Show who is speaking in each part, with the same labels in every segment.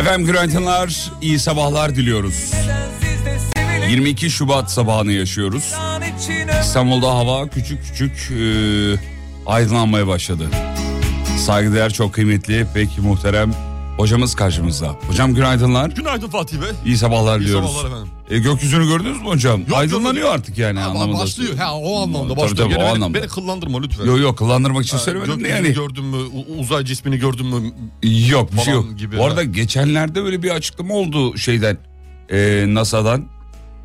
Speaker 1: Efendim günaydınlar, iyi sabahlar diliyoruz. 22 Şubat sabahını yaşıyoruz. İstanbul'da hava küçük küçük e, aydınlanmaya başladı. Saygıdeğer çok kıymetli, pek muhterem hocamız karşımızda. Hocam günaydınlar,
Speaker 2: Günaydın Fatih Bey.
Speaker 1: iyi sabahlar
Speaker 2: İyi
Speaker 1: diliyoruz.
Speaker 2: sabahlar efendim.
Speaker 1: E, gökyüzünü gördünüz mü hocam? Aydınlanıyor
Speaker 2: gördüm.
Speaker 1: artık yani anlamında.
Speaker 2: Anlamında başlıyor. Ha o anlamda
Speaker 1: Tabii,
Speaker 2: başlıyor.
Speaker 1: tabii,
Speaker 2: Gene
Speaker 1: o
Speaker 2: beni,
Speaker 1: anlamda.
Speaker 2: beni kıllandırma lütfen.
Speaker 1: Yok yok kullandırmak için söylemedim de
Speaker 2: Gökyüzünü
Speaker 1: yani.
Speaker 2: gördün mü, u- uzay cismini gördün mü?
Speaker 1: Yok bir şey
Speaker 2: falan
Speaker 1: yok.
Speaker 2: gibi,
Speaker 1: Bu
Speaker 2: ha.
Speaker 1: arada geçenlerde böyle bir açıklama oldu şeyden e, NASA'dan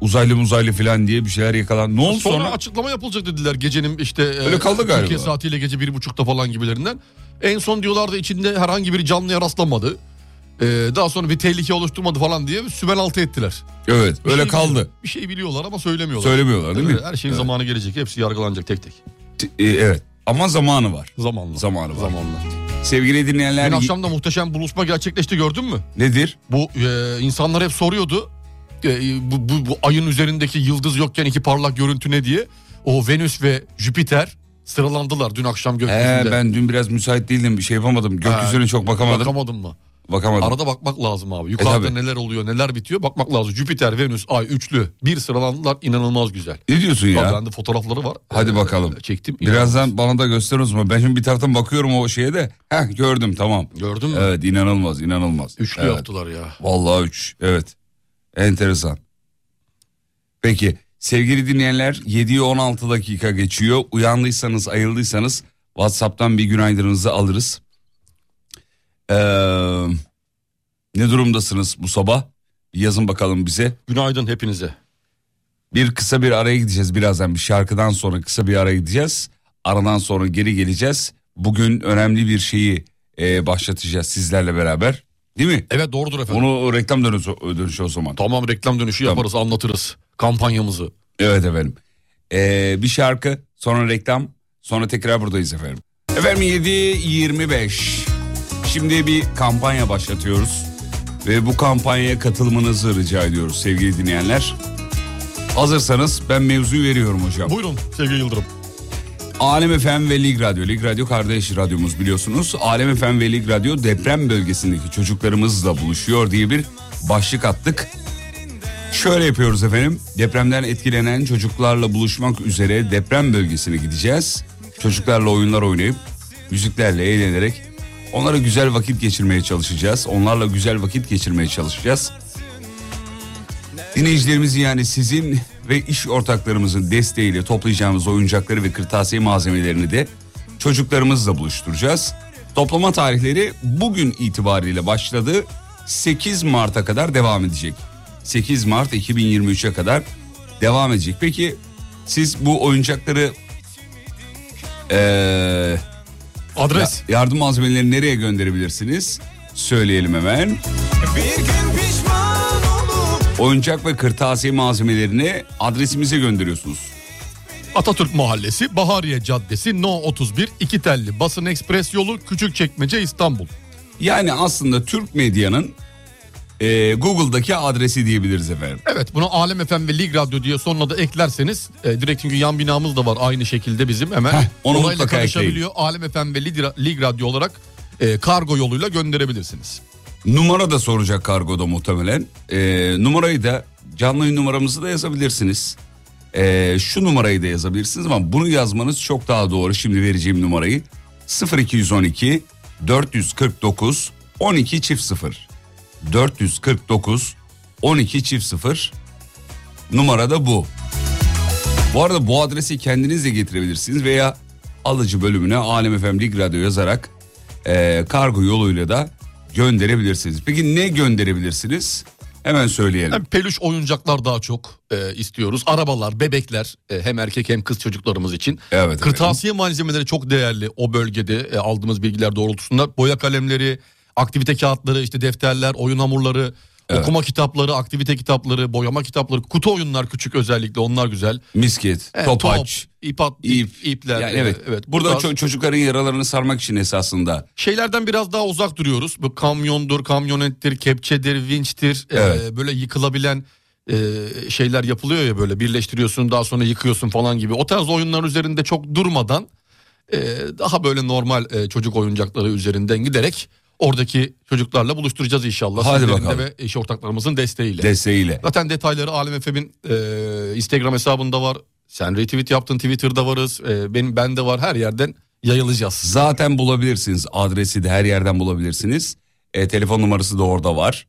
Speaker 1: uzaylı muzaylı falan diye bir şeyler yakalan. Ne oldu
Speaker 2: Sonra,
Speaker 1: sonra?
Speaker 2: açıklama yapılacak dediler gecenin işte e,
Speaker 1: Öyle kaldı galiba.
Speaker 2: Türkiye saatiyle gece bir buçukta falan gibilerinden. En son diyorlardı içinde herhangi bir canlıya rastlanmadı. E, daha sonra bir tehlike oluşturmadı falan diye sümen altı ettiler.
Speaker 1: Evet
Speaker 2: Bir
Speaker 1: öyle
Speaker 2: şey
Speaker 1: kaldı.
Speaker 2: bili- Bir şey biliyorlar ama söylemiyorlar.
Speaker 1: Söylemiyorlar değil mi?
Speaker 2: Her şeyin zamanı gelecek. Hepsi yargılanacak tek tek.
Speaker 1: E, evet ama zamanı var.
Speaker 2: Zamanla.
Speaker 1: Zamanı var.
Speaker 2: Zamanla.
Speaker 1: Sevgili dinleyenler
Speaker 2: Dün akşam da muhteşem buluşma gerçekleşti gördün mü?
Speaker 1: nedir?
Speaker 2: Bu e, insanlar hep soruyordu. E, bu, bu, bu ayın üzerindeki yıldız yokken iki parlak görüntü ne diye. O Venüs ve Jüpiter sıralandılar dün akşam
Speaker 1: He,
Speaker 2: gökyüzünde.
Speaker 1: ben dün biraz müsait değildim bir şey yapamadım. Gökyüzüne
Speaker 2: Ha,
Speaker 1: çok bakamadım.
Speaker 2: Bakamadın mı?
Speaker 1: bakamadım.
Speaker 2: Arada bakmak lazım abi. Yukarıda
Speaker 1: tabii.
Speaker 2: neler oluyor, neler bitiyor bakmak lazım. Jüpiter, Venüs, Ay üçlü bir sıralandılar inanılmaz güzel.
Speaker 1: Ne diyorsun
Speaker 2: Bak,
Speaker 1: ya?
Speaker 2: Bende fotoğrafları var. Ee,
Speaker 1: Hadi bakalım.
Speaker 2: Çektim.
Speaker 1: Birazdan bana da göster o zaman. Ben şimdi bir taraftan bakıyorum o şeye de. Heh gördüm tamam.
Speaker 2: Gördün mü?
Speaker 1: Evet inanılmaz inanılmaz.
Speaker 2: Üçlü
Speaker 1: evet.
Speaker 2: yaptılar ya.
Speaker 1: Vallahi 3. Evet. Enteresan. Peki sevgili dinleyenler 7'yi 16 dakika geçiyor. Uyandıysanız ayıldıysanız Whatsapp'tan bir günaydınınızı alırız. Ee, ne durumdasınız bu sabah? Bir yazın bakalım bize.
Speaker 2: Günaydın hepinize.
Speaker 1: Bir kısa bir araya gideceğiz birazdan bir şarkıdan sonra kısa bir araya gideceğiz. Aradan sonra geri geleceğiz. Bugün önemli bir şeyi e, başlatacağız sizlerle beraber. Değil mi?
Speaker 2: Evet doğrudur efendim.
Speaker 1: Onu reklam dönüşü, dönüşü o zaman.
Speaker 2: Tamam reklam dönüşü yaparız anlatırız kampanyamızı.
Speaker 1: Evet efendim. Ee, bir şarkı, sonra reklam, sonra tekrar buradayız efendim. Efendim 7.25. Şimdi bir kampanya başlatıyoruz. Ve bu kampanyaya katılmanızı rica ediyoruz sevgili dinleyenler. Hazırsanız ben mevzuyu veriyorum hocam.
Speaker 2: Buyurun sevgili Yıldırım.
Speaker 1: Alem FM ve Lig Radyo. Lig Radyo kardeş radyomuz biliyorsunuz. Alem FM ve Lig Radyo deprem bölgesindeki çocuklarımızla buluşuyor diye bir başlık attık. Şöyle yapıyoruz efendim. Depremden etkilenen çocuklarla buluşmak üzere deprem bölgesine gideceğiz. Çocuklarla oyunlar oynayıp, müziklerle eğlenerek onlara güzel vakit geçirmeye çalışacağız. Onlarla güzel vakit geçirmeye çalışacağız. Dinleyicilerimizin yani sizin ve iş ortaklarımızın desteğiyle toplayacağımız oyuncakları ve kırtasiye malzemelerini de çocuklarımızla buluşturacağız. Toplama tarihleri bugün itibariyle başladı. 8 Mart'a kadar devam edecek. 8 Mart 2023'e kadar devam edecek. Peki siz bu oyuncakları eee
Speaker 2: Adres.
Speaker 1: yardım malzemelerini nereye gönderebilirsiniz? Söyleyelim hemen.
Speaker 3: Bir gün pişman olup
Speaker 1: Oyuncak ve kırtasiye malzemelerini adresimize gönderiyorsunuz.
Speaker 2: Atatürk Mahallesi, Bahariye Caddesi, No 31, İki Telli, Basın Ekspres Yolu, Küçükçekmece, İstanbul.
Speaker 1: Yani aslında Türk medyanın e, Google'daki adresi diyebiliriz efendim.
Speaker 2: Evet bunu Alem FM ve Lig Radyo diye sonuna da eklerseniz e, direkt çünkü yan binamız da var aynı şekilde bizim hemen.
Speaker 1: Heh, onu
Speaker 2: Orayla
Speaker 1: mutlaka
Speaker 2: karışabiliyor. Alem FM ve Lig, Ra- Lig Radyo olarak e, kargo yoluyla gönderebilirsiniz.
Speaker 1: Numara da soracak kargoda muhtemelen. E, numarayı da canlı yayın numaramızı da yazabilirsiniz. E, şu numarayı da yazabilirsiniz ama bunu yazmanız çok daha doğru. Şimdi vereceğim numarayı 0212 449 12 çift 0 449 12 çift 0 numara da bu. Bu arada bu adresi kendiniz de getirebilirsiniz veya alıcı bölümüne Alem FM Lig Radyo yazarak e, kargo yoluyla da gönderebilirsiniz. Peki ne gönderebilirsiniz? Hemen söyleyelim.
Speaker 2: Hem peluş oyuncaklar daha çok e, istiyoruz. Arabalar, bebekler e, hem erkek hem kız çocuklarımız için.
Speaker 1: Evet. efendim.
Speaker 2: Kırtasiye malzemeleri çok değerli o bölgede e, aldığımız bilgiler doğrultusunda. Boya kalemleri, aktivite kağıtları, işte defterler, oyun hamurları, okuma kitapları, aktivite kitapları, boyama kitapları, kutu oyunlar küçük özellikle onlar güzel.
Speaker 1: Misket,
Speaker 2: E,
Speaker 1: topaç,
Speaker 2: top, ip at,
Speaker 1: ip.
Speaker 2: ip, ipler.
Speaker 1: Yani
Speaker 2: e,
Speaker 1: evet.
Speaker 2: evet.
Speaker 1: Burada
Speaker 2: Bu tarz
Speaker 1: ço- çocukların yaralarını sarmak için esasında.
Speaker 2: şeylerden biraz daha uzak duruyoruz. Bu kamyondur, kamyonettir, kepçedir, vinçtir. e,
Speaker 1: Evet.
Speaker 2: böyle yıkılabilen e, şeyler yapılıyor ya böyle birleştiriyorsun daha sonra yıkıyorsun falan gibi. O tarz oyunlar üzerinde çok durmadan e, daha böyle normal e, çocuk oyuncakları üzerinden giderek Oradaki çocuklarla buluşturacağız inşallah.
Speaker 1: Hadi
Speaker 2: Sizlerin de
Speaker 1: bakalım.
Speaker 2: ve iş ortaklarımızın desteğiyle.
Speaker 1: Desteğiyle.
Speaker 2: Zaten detayları Alem FM'in e, Instagram hesabında var. Sen retweet yaptın Twitter'da varız. E, benim ben de var her yerden yayılacağız.
Speaker 1: Zaten bulabilirsiniz. Adresi de her yerden bulabilirsiniz. E, telefon numarası da orada var.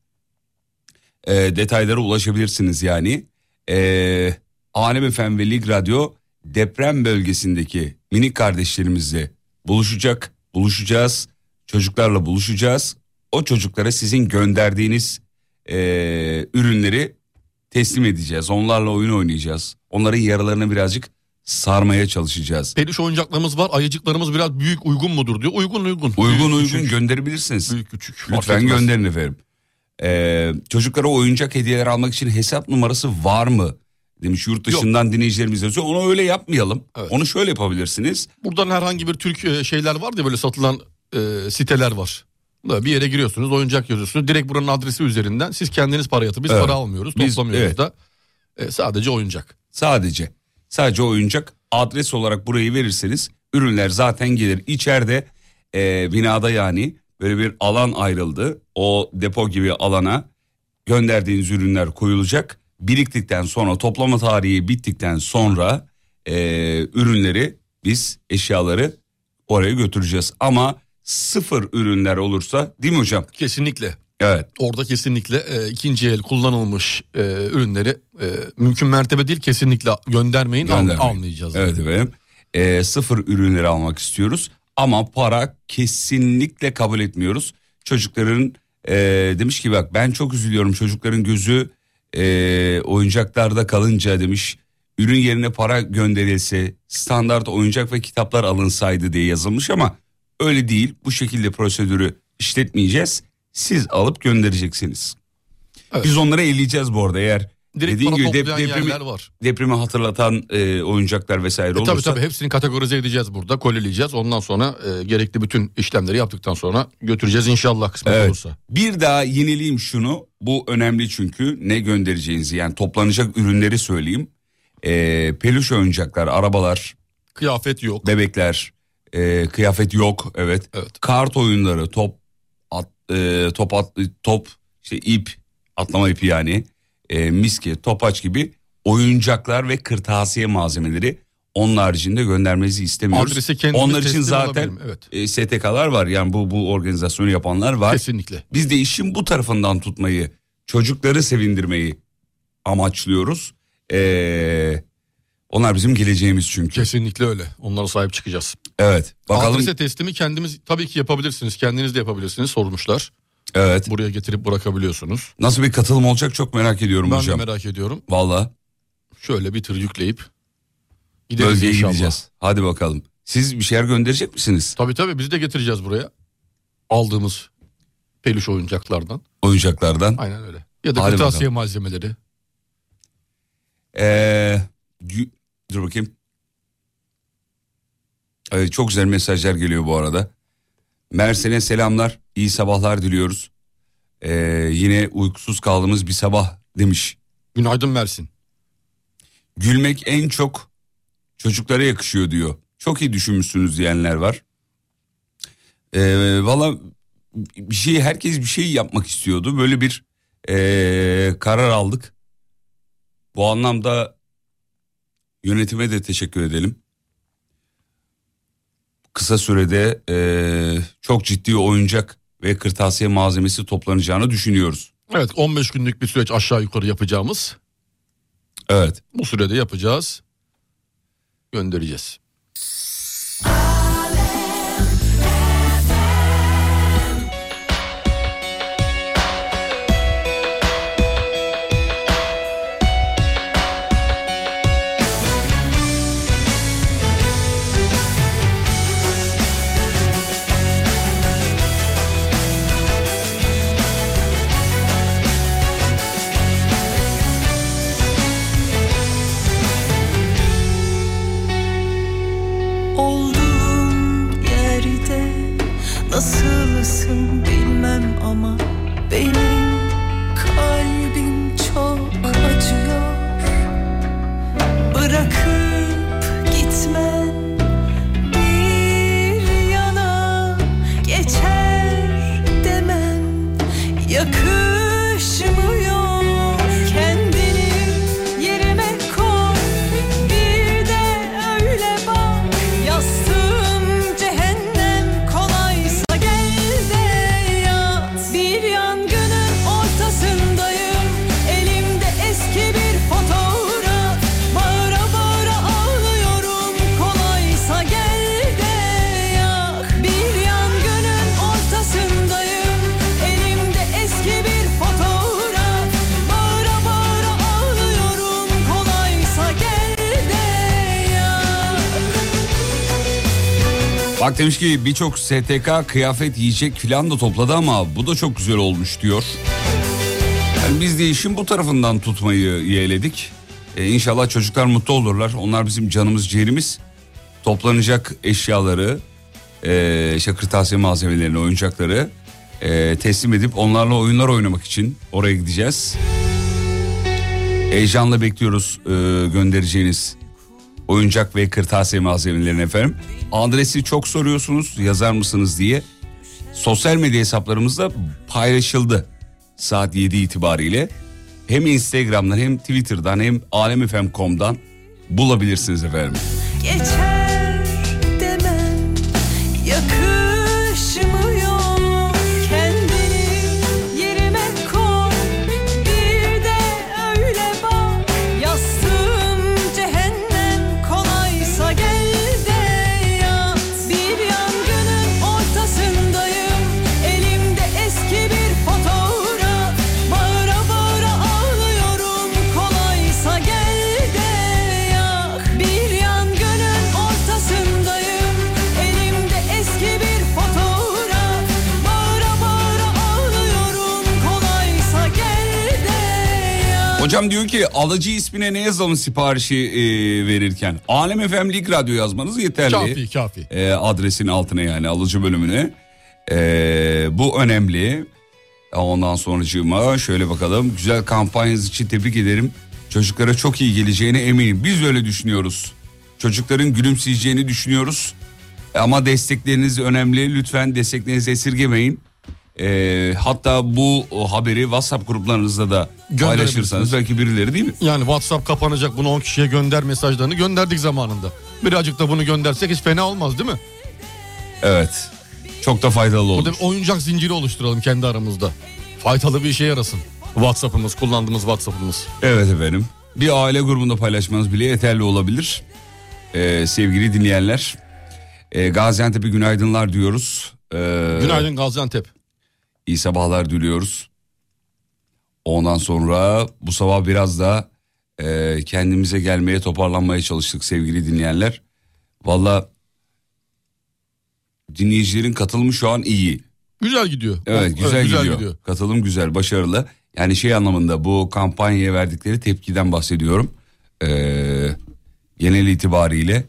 Speaker 1: E, detaylara ulaşabilirsiniz yani. E, Alem Efem ve Lig Radyo deprem bölgesindeki minik kardeşlerimizle buluşacak, buluşacağız. Çocuklarla buluşacağız. O çocuklara sizin gönderdiğiniz e, ürünleri teslim edeceğiz. Onlarla oyun oynayacağız. Onların yaralarını birazcık sarmaya çalışacağız.
Speaker 2: Peluş oyuncaklarımız var. Ayıcıklarımız biraz büyük uygun mudur diyor. Uygun uygun.
Speaker 1: Uygun
Speaker 2: Büyük,
Speaker 1: uygun
Speaker 2: küçük,
Speaker 1: gönderebilirsiniz.
Speaker 2: Büyük küçük. fark
Speaker 1: Lütfen
Speaker 2: etmez.
Speaker 1: gönderin efendim. Ee, çocuklara oyuncak hediyeler almak için hesap numarası var mı? Demiş yurt dışından dinleyicilerimiz yazıyor. Onu öyle yapmayalım.
Speaker 2: Evet.
Speaker 1: Onu şöyle yapabilirsiniz.
Speaker 2: Buradan herhangi bir Türk e, şeyler var diye böyle satılan e, siteler var. Böyle Bir yere giriyorsunuz oyuncak yazıyorsunuz. Direkt buranın adresi üzerinden siz kendiniz para yatırın. Biz
Speaker 1: Evet.
Speaker 2: para almıyoruz
Speaker 1: Biz-
Speaker 2: toplamıyoruz
Speaker 1: evet.
Speaker 2: da. E, sadece oyuncak.
Speaker 1: Sadece sadece oyuncak adres olarak burayı verirseniz ürünler zaten gelir. İçeride e, binada yani böyle bir alan ayrıldı. O depo gibi alana gönderdiğiniz ürünler koyulacak. Biriktikten sonra toplama tarihi bittikten sonra e, ürünleri biz eşyaları oraya götüreceğiz. Ama sıfır ürünler olursa değil mi hocam?
Speaker 2: Kesinlikle.
Speaker 1: Evet.
Speaker 2: Orada kesinlikle e, ikinci el kullanılmış e, ürünleri e, mümkün mertebe değil kesinlikle göndermeyin, al-
Speaker 1: Göndermeyin.
Speaker 2: almayacağız.
Speaker 1: Evet efendim. Ee, sıfır ürünleri almak istiyoruz ama para kesinlikle kabul etmiyoruz. Çocukların ee, demiş ki bak ben çok üzülüyorum çocukların gözü ee, oyuncaklarda kalınca demiş. Ürün yerine para gönderilse standart oyuncak ve kitaplar alınsaydı diye yazılmış ama öyle değil. Bu şekilde prosedürü işletmeyeceğiz. Siz alıp göndereceksiniz.
Speaker 2: Evet.
Speaker 1: Biz onları eleyeceğiz bu arada eğer
Speaker 2: Direkt
Speaker 1: dediğin
Speaker 2: para
Speaker 1: gibi dep-
Speaker 2: toplayan
Speaker 1: depremi-
Speaker 2: yerler var.
Speaker 1: depremi hatırlatan e, oyuncaklar vesaire
Speaker 2: E,
Speaker 1: olursa
Speaker 2: tabii tabii hepsini kategorize edeceğiz burada, koleleyeceğiz. Ondan sonra e, gerekli bütün işlemleri yaptıktan sonra götüreceğiz inşallah kısmet
Speaker 1: Evet.
Speaker 2: olursa.
Speaker 1: Bir daha yenileyim şunu. Bu önemli çünkü ne göndereceğinizi yani toplanacak ürünleri söyleyeyim. E, peluş oyuncaklar, arabalar,
Speaker 2: Kıyafet yok.
Speaker 1: bebekler, e, kıyafet yok evet.
Speaker 2: Evet.
Speaker 1: Kart oyunları, top, at, e, top, at, top işte ip, atlama ipi yani, e, miske, topaç gibi oyuncaklar ve kırtasiye malzemeleri onun haricinde göndermenizi istemiyoruz.
Speaker 2: Adresi kendimiz
Speaker 1: Onlar için
Speaker 2: teslim
Speaker 1: zaten
Speaker 2: alabilirim, evet.
Speaker 1: e, STK'lar var yani bu bu organizasyonu yapanlar var.
Speaker 2: Kesinlikle.
Speaker 1: Biz de işin bu tarafından tutmayı, çocukları sevindirmeyi amaçlıyoruz. Ee, onlar bizim geleceğimiz çünkü.
Speaker 2: Kesinlikle öyle. Onlara sahip çıkacağız.
Speaker 1: Evet. Bakalım.
Speaker 2: Adrese teslimi kendimiz tabii ki yapabilirsiniz. Kendiniz de yapabilirsiniz sormuşlar.
Speaker 1: Evet.
Speaker 2: Buraya getirip bırakabiliyorsunuz.
Speaker 1: Nasıl bir katılım olacak çok merak ediyorum
Speaker 2: Ben de
Speaker 1: hocam.
Speaker 2: merak ediyorum.
Speaker 1: Valla
Speaker 2: Şöyle bir tır yükleyip gideriz
Speaker 1: bölgeye
Speaker 2: inşallah.
Speaker 1: gideceğiz. Hadi bakalım. Siz bir şeyler gönderecek misiniz
Speaker 2: Tabii tabii biz de getireceğiz buraya. Aldığımız peluş oyuncaklardan.
Speaker 1: oyuncaklardan?
Speaker 2: Aynen öyle. Ya da
Speaker 1: Hadi
Speaker 2: kırtasiye malzemeleri.
Speaker 1: Ee, gü- dur bakayım. Ee, çok güzel mesajlar geliyor bu arada. Mersin'e selamlar, iyi sabahlar diliyoruz. Ee, yine uykusuz kaldığımız bir sabah demiş.
Speaker 2: Günaydın Mersin.
Speaker 1: Gülmek en çok çocuklara yakışıyor diyor. Çok iyi düşünmüşsünüz diyenler var. Ee, Valla bir şey herkes bir şey yapmak istiyordu. Böyle bir ee, karar aldık. Bu anlamda yönetime de teşekkür edelim. Kısa sürede ee, çok ciddi oyuncak ve kırtasiye malzemesi toplanacağını düşünüyoruz.
Speaker 2: Evet 15 günlük bir süreç aşağı yukarı yapacağımız.
Speaker 1: Evet.
Speaker 2: Bu sürede yapacağız. Göndereceğiz.
Speaker 4: Olduğun yerde nasılsın bilmem ama benim kalbim çok acıyor. Bırakıp gitmen bir yana geçer
Speaker 1: Bak demiş ki birçok STK kıyafet yiyecek filan da topladı ama bu da çok güzel olmuş diyor. Yani biz de işin bu tarafından tutmayı yeğledik. E, inşallah çocuklar mutlu olurlar. Onlar bizim canımız ciğerimiz. Toplanacak eşyaları, e, işte kırtasiye malzemelerini, oyuncakları e, teslim edip onlarla oyunlar oynamak için oraya gideceğiz. Heyecanla bekliyoruz e, göndereceğiniz oyuncak ve kırtasiye malzemelerini efendim. Adresi çok soruyorsunuz yazar mısınız diye. Sosyal medya hesaplarımızda paylaşıldı saat 7 itibariyle. Hem Instagram'dan hem Twitter'dan hem alemfm.com'dan bulabilirsiniz efendim.
Speaker 4: Geçer demem yakışmıyor Kendini yerime koy bir de öyle bak Yastığım cehennem kolaysa gel de yat Bir yangının ortasındayım elimde eski bir fotoğraf Bağıra bağıra ağlıyorum kolaysa gel de yat Bir yangının ortasındayım elimde eski bir fotoğraf Bağıra bağıra ağlıyorum kolaysa gel de yat
Speaker 1: Hocam diyor ki alıcı ismine ne yazalım siparişi e, verirken? Alem FM Lig Radyo yazmanız yeterli.
Speaker 2: Kafi kafi.
Speaker 1: E, adresin altına yani alıcı bölümüne. E, bu önemli. Ondan sonracığıma şöyle bakalım. Güzel kampanyanız için tebrik ederim. Çocuklara çok iyi geleceğine eminim. Biz öyle düşünüyoruz. Çocukların gülümseyeceğini düşünüyoruz. Ama destekleriniz önemli. Lütfen desteklerinizi esirgemeyin. E, hatta bu haberi WhatsApp gruplarınızda da paylaşırsanız belki birileri değil mi?
Speaker 2: Yani WhatsApp kapanacak bunu 10 kişiye gönder mesajlarını gönderdik zamanında. Birazcık da bunu göndersek hiç fena olmaz değil mi?
Speaker 1: Evet. Çok da faydalı olur.
Speaker 2: Burada bir oyuncak zinciri oluşturalım kendi aramızda. Faydalı bir işe yarasın. WhatsApp'ımız, kullandığımız WhatsApp'ımız.
Speaker 1: Evet efendim. Bir aile grubunda paylaşmanız bile yeterli olabilir. Ee, sevgili dinleyenler. Ee, Gaziantep'e günaydınlar diyoruz. Ee,
Speaker 2: Günaydın Gaziantep.
Speaker 1: İyi sabahlar diliyoruz. Ondan sonra bu sabah biraz da e, kendimize gelmeye toparlanmaya çalıştık sevgili dinleyenler. Valla dinleyicilerin katılımı şu an iyi.
Speaker 2: Güzel gidiyor.
Speaker 1: Evet güzel, gidiyor. Katılım güzel başarılı. Yani şey anlamında bu kampanyaya verdikleri tepkiden bahsediyorum. Ee, genel itibariyle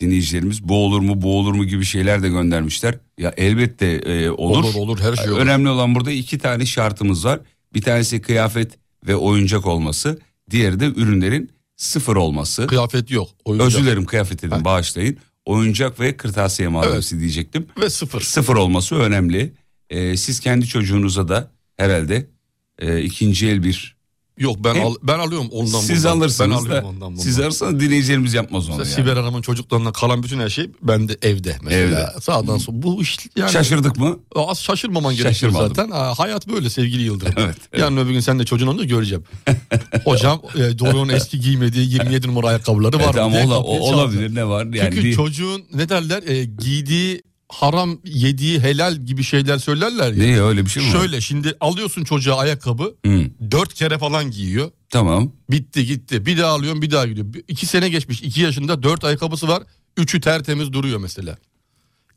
Speaker 1: dinleyicilerimiz bu olur mu bu olur mu gibi şeyler de göndermişler. Ya elbette e, olur.
Speaker 2: Olur olur, her şey olur.
Speaker 1: Önemli olan burada iki tane şartımız var. Bir tanesi kıyafet ve oyuncak olması. Diğeri de ürünlerin sıfır olması.
Speaker 2: Kıyafet yok. Oyuncak.
Speaker 1: Özür dilerim kıyafet dedim bağışlayın. Oyuncak ve kırtasiye malzemesi diyecektim
Speaker 2: Ve sıfır.
Speaker 1: sıfır olması önemli. Ee, siz kendi çocuğunuza da herhalde e, ikinci el bir
Speaker 2: Yok ben
Speaker 1: Hem-
Speaker 2: al- ben alıyorum ondan
Speaker 1: siz
Speaker 2: bundan. ben
Speaker 1: alırsınız
Speaker 2: alıyorum
Speaker 1: da
Speaker 2: ondan bundan.
Speaker 1: siz alırsanız dinleyicilerimiz yapmaz onu
Speaker 2: Mesela
Speaker 1: yani.
Speaker 2: Sibel Hanım'ın çocuklarına kalan bütün her şey bende evde mesela. Sağdan sonra bu iş yani
Speaker 1: Şaşırdık mı?
Speaker 2: az şaşırmaman gerekiyor
Speaker 1: Şaşırmadım.
Speaker 2: zaten. Ha, hayat böyle sevgili Yıldırım.
Speaker 1: Evet, evet.
Speaker 2: Yarın öbür gün sen de çocuğun onu da göreceğim. Hocam e, Doruk'un eski giymediği 27 numara ayakkabıları var
Speaker 1: Evet,
Speaker 2: mı
Speaker 1: ama
Speaker 2: diye
Speaker 1: ola-
Speaker 2: kapıyı
Speaker 1: E, o-
Speaker 2: çaldı.
Speaker 1: olabilir ne var? Yani
Speaker 2: Çünkü
Speaker 1: bir-
Speaker 2: çocuğun ne derler e, giydiği haram yediği helal gibi şeyler söylerler ya.
Speaker 1: ne öyle bir şey mi? var?
Speaker 2: Şöyle şimdi alıyorsun çocuğa ayakkabı
Speaker 1: Hı,
Speaker 2: dört kere falan giyiyor.
Speaker 1: tamam.
Speaker 2: Bitti gitti. Bir daha alıyorum bir daha gidiyor. Bir- İki sene geçmiş. iki yaşında dört ayakkabısı var. Üçü tertemiz duruyor mesela.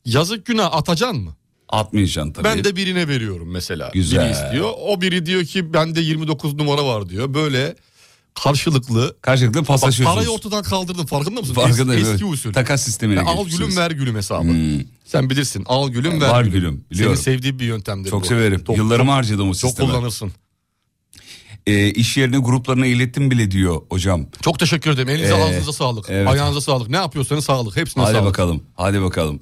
Speaker 2: Yazık günah atacan mı?
Speaker 1: Atmayacaksın tabii.
Speaker 2: Ben de birine veriyorum mesela.
Speaker 1: Güzel.
Speaker 2: Biri istiyor. O biri diyor ki bende 29 numara var diyor. Böyle karşılıklı.
Speaker 1: Karşılıklı
Speaker 2: Bak,
Speaker 1: paslaşıyorsunuz.
Speaker 2: parayı ortadan kaldırdım farkında mısın?
Speaker 1: Farkındayım,
Speaker 2: Es- eski
Speaker 1: evet.
Speaker 2: usul.
Speaker 1: Takas sistemine
Speaker 2: Yani al
Speaker 1: geçmişsiniz.
Speaker 2: gülüm ver gülüm hesabı.
Speaker 1: Hmm.
Speaker 2: Sen bilirsin al gülüm ver,
Speaker 1: Var
Speaker 2: gülüm.
Speaker 1: gülüm, biliyorum.
Speaker 2: Senin sevdiğin bir yöntemdir
Speaker 1: Çok
Speaker 2: bu.
Speaker 1: severim.
Speaker 2: Çok,
Speaker 1: Yıllarımı harcadım o
Speaker 2: çok
Speaker 1: sisteme.
Speaker 2: kullanırsın.
Speaker 1: Ee, iş yerine gruplarına ilettim bile diyor hocam.
Speaker 2: Çok teşekkür ederim. Elinize
Speaker 1: Ee,
Speaker 2: ağzınıza sağlık.
Speaker 1: evet.
Speaker 2: Ayağınıza sağlık. Ne yapıyorsanız sağlık. Hepsine
Speaker 1: Hadi
Speaker 2: sağlık.
Speaker 1: bakalım. Hadi bakalım.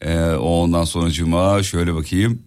Speaker 1: Ee, ondan sonra cuma şöyle bakayım.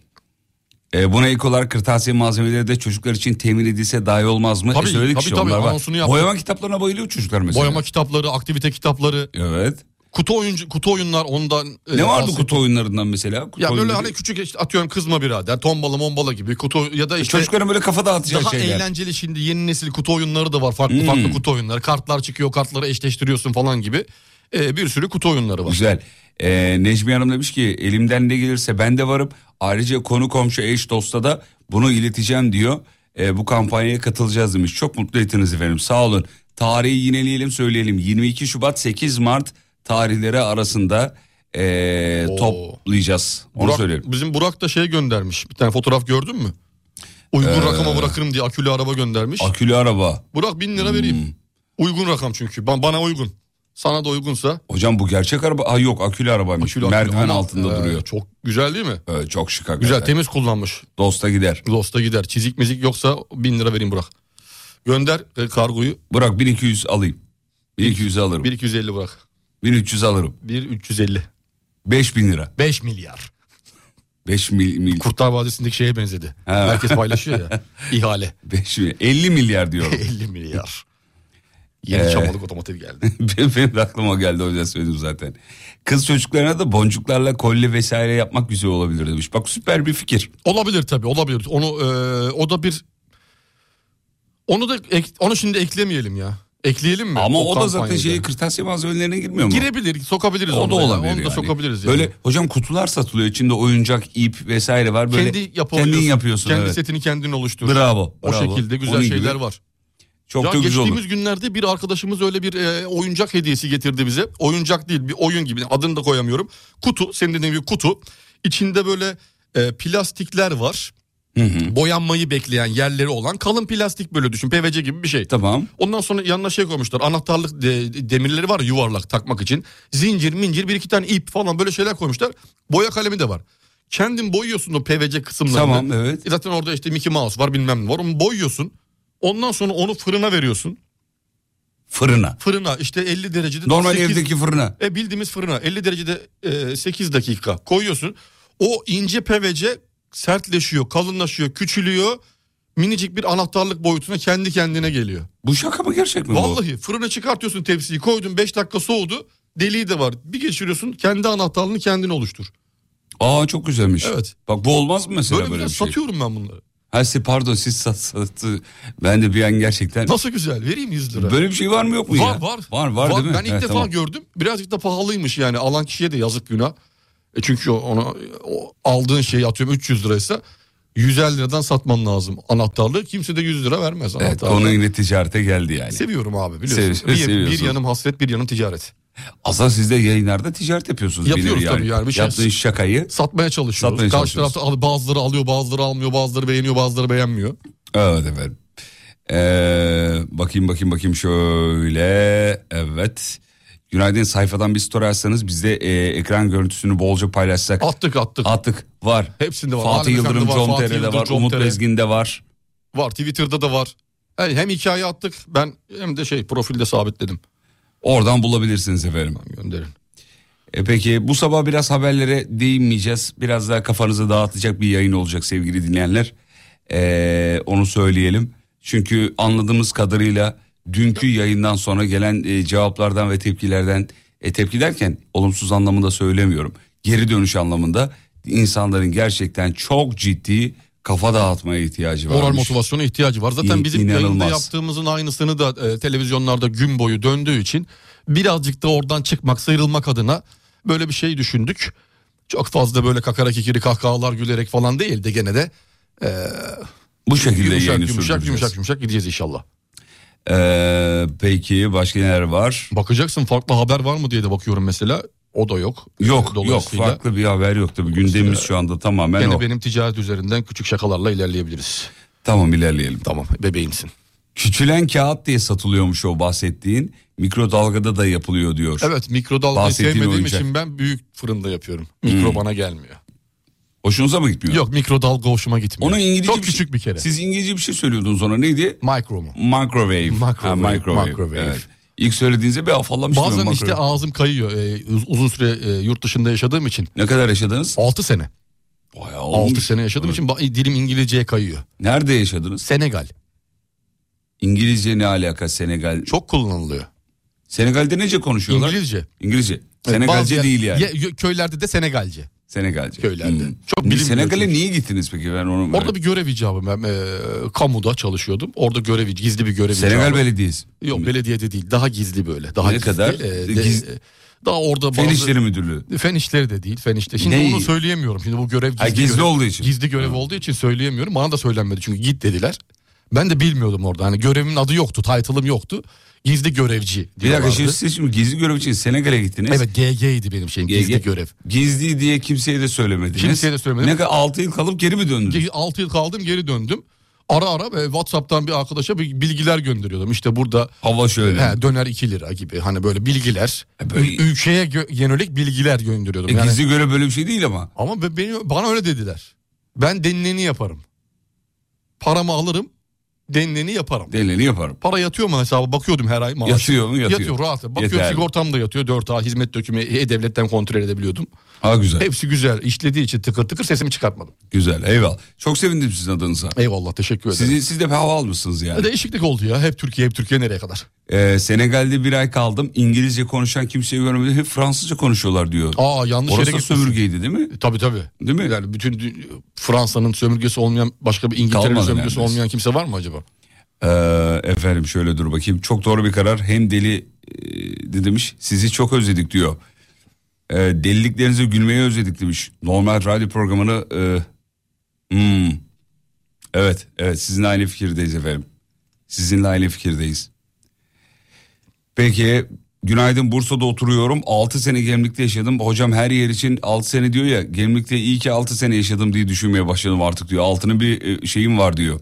Speaker 1: Ee, buna ilk olarak kırtasiye malzemeleri de çocuklar için temin edilse dahi olmaz mı? E,
Speaker 2: Tabii,
Speaker 1: söyledik
Speaker 2: tabii,
Speaker 1: işte
Speaker 2: tabii.
Speaker 1: onlar var.
Speaker 2: Anonsunu yaptık.
Speaker 1: Boyama kitaplarına bayılıyor çocuklar mesela.
Speaker 2: Boyama kitapları, aktivite kitapları,
Speaker 1: Evet.
Speaker 2: kutu oyuncu kutu oyunlar ondan e,
Speaker 1: Ne vardı
Speaker 2: bahset-
Speaker 1: kutu oyunlarından mesela? Kutu
Speaker 2: Ya böyle
Speaker 1: oyunları-
Speaker 2: hani küçük işte atıyorum kızma birader, tombala mombala gibi kutu ya da işte
Speaker 1: Çocukların böyle kafa dağıtacak
Speaker 2: daha
Speaker 1: E, şeyler.
Speaker 2: eğlenceli şimdi yeni nesil kutu oyunları da var. Farklı
Speaker 1: Hmm.
Speaker 2: farklı kutu oyunları. Kartlar çıkıyor, kartları eşleştiriyorsun falan gibi. E, bir sürü kutu oyunları var.
Speaker 1: Güzel. Ee, Necmi Hanım demiş ki elimden ne gelirse ben de varım. Ayrıca konu komşu eş dosta da bunu ileteceğim diyor. Ee, bu kampanyaya katılacağız demiş. Çok mutlu ettiniz efendim sağ olun. Tarihi yineleyelim söyleyelim. 22 Şubat 8 Mart tarihleri arasında e,
Speaker 2: Oo.
Speaker 1: toplayacağız. Onu
Speaker 2: Burak,
Speaker 1: söyleyeyim.
Speaker 2: Bizim Burak da şey göndermiş. Bir tane fotoğraf gördün mü?
Speaker 1: Ee,
Speaker 2: Uygun rakama bırakırım diye akülü araba göndermiş.
Speaker 1: Akülü araba.
Speaker 2: Burak bin
Speaker 1: Hmm.
Speaker 2: lira vereyim. Uygun rakam çünkü. Ba- bana uygun. Sana da uygunsa.
Speaker 1: Hocam bu gerçek araba. Aa, yok akülü arabaymış.
Speaker 2: akülü-
Speaker 1: Merdiven
Speaker 2: Ama,
Speaker 1: altında
Speaker 2: e,
Speaker 1: duruyor.
Speaker 2: Çok güzel değil mi?
Speaker 1: Ee, çok şık hakikaten.
Speaker 2: Güzel temiz kullanmış.
Speaker 1: Dosta gider.
Speaker 2: Dosta gider. Çizik mizik yoksa bin lira vereyim Burak. Gönder e, kargoyu.
Speaker 1: Bırak 1200 alayım. 1200 alırım.
Speaker 2: 1250 Burak.
Speaker 1: 1300 alırım.
Speaker 2: 1350.
Speaker 1: 5000 lira.
Speaker 2: 5 milyar.
Speaker 1: 5 mil, mil
Speaker 2: Kurtlar Vadisi'ndeki şeye benzedi.
Speaker 1: Ha.
Speaker 2: Herkes paylaşıyor ya. İhale.
Speaker 1: 5 mil- 50 milyar diyorum.
Speaker 2: 50 milyar. Yeni
Speaker 1: Ee.
Speaker 2: çamalık otomotiv geldi.
Speaker 1: Benim de aklıma geldi o yüzden söyledim zaten. Kız çocuklarına da boncuklarla kolye vesaire yapmak güzel olabilir demiş. Bak süper bir fikir.
Speaker 2: olabilir tabii olabilir. Onu e, o da bir onu da ek- onu şimdi eklemeyelim ya. Ekleyelim mi?
Speaker 1: Ama o, da zaten
Speaker 2: kampanyayı
Speaker 1: şeyi
Speaker 2: da?
Speaker 1: kırtasiye malzemelerine girmiyor mu?
Speaker 2: girebilir, sokabiliriz
Speaker 1: o
Speaker 2: onu
Speaker 1: da
Speaker 2: ya.
Speaker 1: olabilir
Speaker 2: Onu da
Speaker 1: yani.
Speaker 2: sokabiliriz yani.
Speaker 1: Böyle hocam kutular satılıyor. İçinde oyuncak, ip vesaire var. Böyle
Speaker 2: kendi yapabiliyorsun.
Speaker 1: kendin yapıyorsun.
Speaker 2: Kendi
Speaker 1: evet.
Speaker 2: setini kendin oluştur.
Speaker 1: Bravo,
Speaker 2: O
Speaker 1: bravo.
Speaker 2: şekilde güzel
Speaker 1: Onun gibi.
Speaker 2: şeyler var.
Speaker 1: Çok
Speaker 2: Ya
Speaker 1: da güzel olur.
Speaker 2: geçtiğimiz günlerde bir arkadaşımız öyle bir e, oyuncak hediyesi getirdi bize. Oyuncak değil bir oyun gibi adını da koyamıyorum. Kutu senin dediğin gibi kutu. İçinde böyle e, plastikler var. Boyanmayı bekleyen yerleri olan kalın plastik böyle düşün PVC gibi bir şey.
Speaker 1: Tamam.
Speaker 2: Ondan sonra yanına şey koymuşlar anahtarlık de- demirleri var ya, yuvarlak takmak için. Zincir mincir bir iki tane ip falan böyle şeyler koymuşlar. Boya kalemi de var. Kendin boyuyorsun o PVC kısımlarını.
Speaker 1: Tamam evet.
Speaker 2: E Zaten orada işte Mickey Mouse var bilmem ne var. Onu boyuyorsun. Ondan sonra onu fırına veriyorsun.
Speaker 1: Fırına.
Speaker 2: Fırına işte 50 derecede.
Speaker 1: Normal
Speaker 2: sekiz-
Speaker 1: evdeki fırına.
Speaker 2: E bildiğimiz fırına 50 derecede 8 dakika koyuyorsun. O ince PVC sertleşiyor, kalınlaşıyor, küçülüyor. Minicik bir anahtarlık boyutuna kendi kendine geliyor.
Speaker 1: Bu şaka mı gerçek mi bu?
Speaker 2: Vallahi fırına çıkartıyorsun tepsiyi koydun 5 dakika soğudu. Deliği de var. Bir geçiriyorsun kendi anahtarlığını kendin oluştur.
Speaker 1: Aa çok güzelmiş.
Speaker 2: Evet.
Speaker 1: Bak bu olmaz mı mesela
Speaker 2: Böyle
Speaker 1: böyle,
Speaker 2: güzel
Speaker 1: bir şey?
Speaker 2: satıyorum ben bunları.
Speaker 1: Ha siz pardon siz sat, sattı. Ben de bir an gerçekten.
Speaker 2: Nasıl güzel vereyim 100 lira.
Speaker 1: Böyle bir şey var mı yok mu
Speaker 2: Var
Speaker 1: ya?
Speaker 2: var.
Speaker 1: Var var değil mi?
Speaker 2: Ben ilk
Speaker 1: Evet,
Speaker 2: defa
Speaker 1: tamam.
Speaker 2: gördüm. Birazcık da pahalıymış yani alan kişiye de yazık günah. E çünkü ona o aldığın şeyi atıyorum 300 liraysa 150 liradan satman lazım anahtarlığı. Kimse de 100 lira vermez
Speaker 1: Evet
Speaker 2: anahtarlığı.
Speaker 1: konu yine ticarete geldi yani.
Speaker 2: Seviyorum abi biliyorsun.
Speaker 1: Sev-
Speaker 2: bir, bir
Speaker 1: seviyorsun.
Speaker 2: yanım hasret bir yanım ticaret.
Speaker 1: Aslında siz de yayınlarda ticaret yapıyorsunuz. bir
Speaker 2: Yapıyoruz
Speaker 1: nevi
Speaker 2: tabii yani, bir şey-
Speaker 1: Yaptığın şakayı.
Speaker 2: Satmaya çalışıyoruz.
Speaker 1: Satmaya
Speaker 2: Karşı
Speaker 1: çalışıyoruz.
Speaker 2: tarafta al- bazıları alıyor bazıları almıyor bazıları beğeniyor bazıları beğenmiyor.
Speaker 1: Evet efendim. Ee, bakayım bakayım bakayım şöyle. Evet. Günaydın sayfadan bir story atsanız biz de e, ekran görüntüsünü bolca paylaşsak.
Speaker 2: Attık attık.
Speaker 1: Attık var.
Speaker 2: Hepsinde var.
Speaker 1: Fatih
Speaker 2: Halil Efendi
Speaker 1: Yıldırım,
Speaker 2: var,
Speaker 1: John
Speaker 2: Fatih
Speaker 1: Tere'de
Speaker 2: Yıldırım,
Speaker 1: var,
Speaker 2: John
Speaker 1: Umut
Speaker 2: Tere.
Speaker 1: Bezgin'de var.
Speaker 2: Var Twitter'da da var. Yani hem hikaye attık ben hem de şey profilde sabitledim.
Speaker 1: Oradan bulabilirsiniz efendim.
Speaker 2: Gönderin.
Speaker 1: E peki bu sabah biraz haberlere değinmeyeceğiz. Biraz daha kafanızı dağıtacak bir yayın olacak sevgili dinleyenler. E, onu söyleyelim. Çünkü anladığımız kadarıyla dünkü yayından sonra gelen e, cevaplardan ve tepkilerden e, tepki derken olumsuz anlamında söylemiyorum. Geri dönüş anlamında insanların gerçekten çok ciddi kafa dağıtmaya ihtiyacı var.
Speaker 2: Moral motivasyona ihtiyacı var. Zaten
Speaker 1: İ-
Speaker 2: bizim yayında
Speaker 1: inanılmaz.
Speaker 2: yaptığımızın aynısını da e, televizyonlarda gün boyu döndüğü için birazcık da oradan çıkmak, sıyrılmak adına böyle bir şey düşündük. Çok fazla böyle kakara kikiri kahkahalar gülerek falan değil de gene de
Speaker 1: Bu şekilde
Speaker 2: yumuşak
Speaker 1: yayını
Speaker 2: yumuşak
Speaker 1: sürdüreceğiz.
Speaker 2: yumuşak yumuşak gideceğiz inşallah.
Speaker 1: Ee, peki başka neler var?
Speaker 2: Bakacaksın farklı haber var mı diye de bakıyorum mesela. O da yok.
Speaker 1: Yok yok
Speaker 2: Dolayısıyla
Speaker 1: farklı bir haber yok tabii gündemimiz şu anda tamamen
Speaker 2: Gene
Speaker 1: o.
Speaker 2: benim ticaret üzerinden küçük şakalarla ilerleyebiliriz.
Speaker 1: Tamam ilerleyelim.
Speaker 2: Tamam bebeğimsin.
Speaker 1: Küçülen kağıt diye satılıyormuş o bahsettiğin mikrodalgada da yapılıyor diyor.
Speaker 2: Evet mikrodalgayı
Speaker 1: Bahsettiğin
Speaker 2: sevmediğim
Speaker 1: oyuncak. Hmm.
Speaker 2: için ben büyük fırında yapıyorum. Mikro bana gelmiyor.
Speaker 1: Hoşunuza mı gitmiyor?
Speaker 2: Yok mikrodalga hoşuma gitmiyor.
Speaker 1: Onun İngilizce
Speaker 2: Çok küçük
Speaker 1: şey,
Speaker 2: bir kere.
Speaker 1: Siz İngilizce bir şey söylüyordunuz ona neydi?
Speaker 2: Micro mu?
Speaker 1: Microwave.
Speaker 2: Microwave,
Speaker 1: microwave.
Speaker 2: microwave.
Speaker 1: Evet. İlk söylediğinizde bir afallamıştım.
Speaker 2: Bazen
Speaker 1: ben
Speaker 2: işte
Speaker 1: microwave.
Speaker 2: ağzım kayıyor. Ee, uz- uzun süre e, yurt dışında yaşadığım için.
Speaker 1: Ne kadar yaşadınız?
Speaker 2: 6 sene.
Speaker 1: Bayağı
Speaker 2: 6
Speaker 1: olmuş.
Speaker 2: sene yaşadığım için ba- dilim İngilizceye kayıyor.
Speaker 1: Nerede yaşadınız?
Speaker 2: Senegal.
Speaker 1: İngilizce ne alaka Senegal?
Speaker 2: Çok kullanılıyor.
Speaker 1: Senegal'de nece konuşuyorlar?
Speaker 2: İngilizce.
Speaker 1: İngilizce.
Speaker 2: Bazı
Speaker 1: Senegalce
Speaker 2: yer-
Speaker 1: değil yani.
Speaker 2: Ye- yo- köylerde de Senegalce.
Speaker 1: Senegalce.
Speaker 2: Köylerde. Çok
Speaker 1: Ni-
Speaker 2: bilinmiyor
Speaker 1: Senegal'e
Speaker 2: çünkü.
Speaker 1: niye gittiniz peki ben onu merak-
Speaker 2: Orada bir görev icabı ben e, kamuda çalışıyordum. Orada görev gizli bir görev
Speaker 1: Senegal
Speaker 2: icabı.
Speaker 1: Belediyesi.
Speaker 2: Yok belediyede değil daha gizli böyle. Daha
Speaker 1: Ne
Speaker 2: gizli.
Speaker 1: kadar?
Speaker 2: Ee,
Speaker 1: Giz-
Speaker 2: de- daha orada
Speaker 1: Fen
Speaker 2: bazı-
Speaker 1: İşleri Müdürlüğü.
Speaker 2: Fen işleri de değil fen işleri. Şimdi
Speaker 1: Ne?
Speaker 2: onu söyleyemiyorum. Şimdi bu görev gizli,
Speaker 1: Ha, gizli
Speaker 2: görev,
Speaker 1: olduğu için.
Speaker 2: Gizli görev olduğu için söyleyemiyorum. Bana da söylenmedi çünkü git dediler. Ben de bilmiyordum orada. Hani görevimin adı yoktu, title'ım yoktu. Gizli görevci
Speaker 1: Bir dakika
Speaker 2: diyorlardı.
Speaker 1: şimdi siz şimdi gizli görev için Senegal'e gittiniz.
Speaker 2: Evet GG'ydi benim şeyim
Speaker 1: GG.
Speaker 2: gizli görev.
Speaker 1: Gizli diye kimseye de söylemediniz.
Speaker 2: Kimseye de söylemedim.
Speaker 1: Ne kadar 6 yıl kalıp geri mi döndünüz?
Speaker 2: 6 yıl kaldım geri döndüm. Ara ara e, Whatsapp'tan bir arkadaşa bir bilgiler gönderiyordum. İşte burada
Speaker 1: Hava şöyle.
Speaker 2: he, döner 2 lira gibi hani böyle bilgiler.
Speaker 1: E, böyle-
Speaker 2: Ül- Ülkeye gö- yönelik bilgiler gönderiyordum.
Speaker 1: E,
Speaker 2: yani.
Speaker 1: Gizli görev böyle bir şey değil ama.
Speaker 2: Ama be- beni, bana öyle dediler. Ben denileni yaparım. Paramı alırım denileni yaparım.
Speaker 1: Denileni yaparım.
Speaker 2: Para yatıyor mu hesaba bakıyordum her ay maaşa.
Speaker 1: Yatıyor mu? Yatıyor.
Speaker 2: Yatıyor rahat. Bakıyorum
Speaker 1: Yeterli.
Speaker 2: sigortam da yatıyor. 4 a hizmet dökümü e-devletten kontrol edebiliyordum.
Speaker 1: Ha güzel.
Speaker 2: Hepsi güzel işlediği için tıkır tıkır sesimi çıkartmadım.
Speaker 1: Güzel. Eyvallah. Çok sevindim sizin adınıza.
Speaker 2: Eyvallah teşekkür ederim.
Speaker 1: Sizin, siz de bir hava almışsınız yani.
Speaker 2: Değişiklik oldu ya. Hep Türkiye, hep Türkiye nereye kadar?
Speaker 1: Ee, Senegal'de bir ay kaldım. İngilizce konuşan kimseyi görmedim. Hep Fransızca konuşuyorlar diyor.
Speaker 2: Aa
Speaker 1: Orası
Speaker 2: yanlış yere
Speaker 1: da
Speaker 2: gitmişsin.
Speaker 1: sömürgeydi değil mi?
Speaker 2: Tabii tabii.
Speaker 1: Değil mi?
Speaker 2: Yani bütün dü- Fransa'nın sömürgesi olmayan başka bir İngiltere'nin
Speaker 1: Kalmadı
Speaker 2: sömürgesi
Speaker 1: neredeyse.
Speaker 2: olmayan kimse var mı acaba?
Speaker 1: Ee, efendim şöyle dur bakayım. Çok doğru bir karar. Hem deli e, de demiş. Sizi çok özledik diyor. Ee, deliliklerinize gülmeyi özledik demiş. Normal radyo programını... e, hmm. Evet, evet sizinle aynı fikirdeyiz efendim. Sizinle aynı fikirdeyiz. Peki günaydın Bursa'da oturuyorum. 6 sene gemlikte yaşadım. Hocam her yer için 6 sene diyor ya. Gemlikte iyi ki 6 sene yaşadım diye düşünmeye başladım artık diyor. Altının bir e, şeyim var diyor.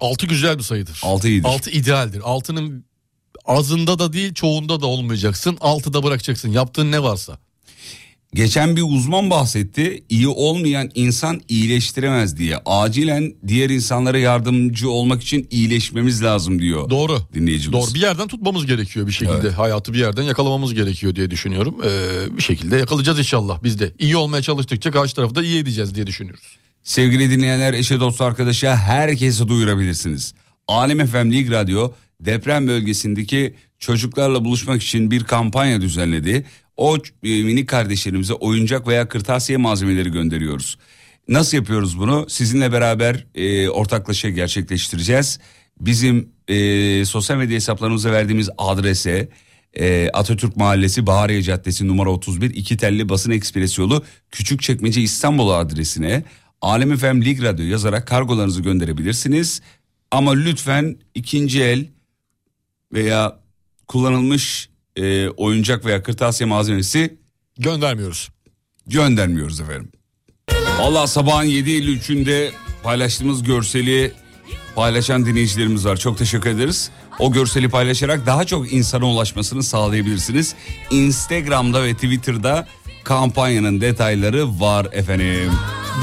Speaker 2: Altı güzel bir sayıdır.
Speaker 1: Altı iyidir.
Speaker 2: Altı idealdir. Altının azında da değil çoğunda da olmayacaksın. Altıda bırakacaksın. Yaptığın ne varsa.
Speaker 1: Geçen bir uzman bahsetti. İyi olmayan insan iyileştiremez diye. Acilen diğer insanlara yardımcı olmak için iyileşmemiz lazım diyor.
Speaker 2: Doğru.
Speaker 1: Dinleyicimiz.
Speaker 2: Doğru bir yerden tutmamız gerekiyor bir şekilde. Hayatı bir yerden yakalamamız gerekiyor diye düşünüyorum. Ee, bir şekilde yakalayacağız inşallah biz de. İyi olmaya çalıştıkça karşı tarafı da iyi edeceğiz diye düşünüyoruz.
Speaker 1: Sevgili dinleyenler, eşe dostu arkadaşa herkese duyurabilirsiniz. Alem FM Lig Radyo deprem bölgesindeki çocuklarla buluşmak için bir kampanya düzenledi. O ç- e, minik kardeşlerimize oyuncak veya kırtasiye malzemeleri gönderiyoruz. Nasıl yapıyoruz bunu? Sizinle beraber e, ortaklaşa gerçekleştireceğiz. Bizim e, sosyal medya hesaplarımıza verdiğimiz adrese e, Atatürk Mahallesi Bahariye Caddesi numara 31 iki telli basın ekspres yolu Küçükçekmece İstanbul adresine Alem FM Lig Radyo yazarak kargolarınızı gönderebilirsiniz. Ama lütfen ikinci el veya kullanılmış e, oyuncak veya kırtasiye malzemesi
Speaker 2: Göndermiyoruz.
Speaker 1: göndermiyoruz efendim. Valla sabahın 7.53'ünde paylaştığımız görseli paylaşan dinleyicilerimiz var. Çok teşekkür ederiz. O görseli paylaşarak daha çok insana ulaşmasını sağlayabilirsiniz. Instagram'da ve Twitter'da kampanyanın detayları var efendim.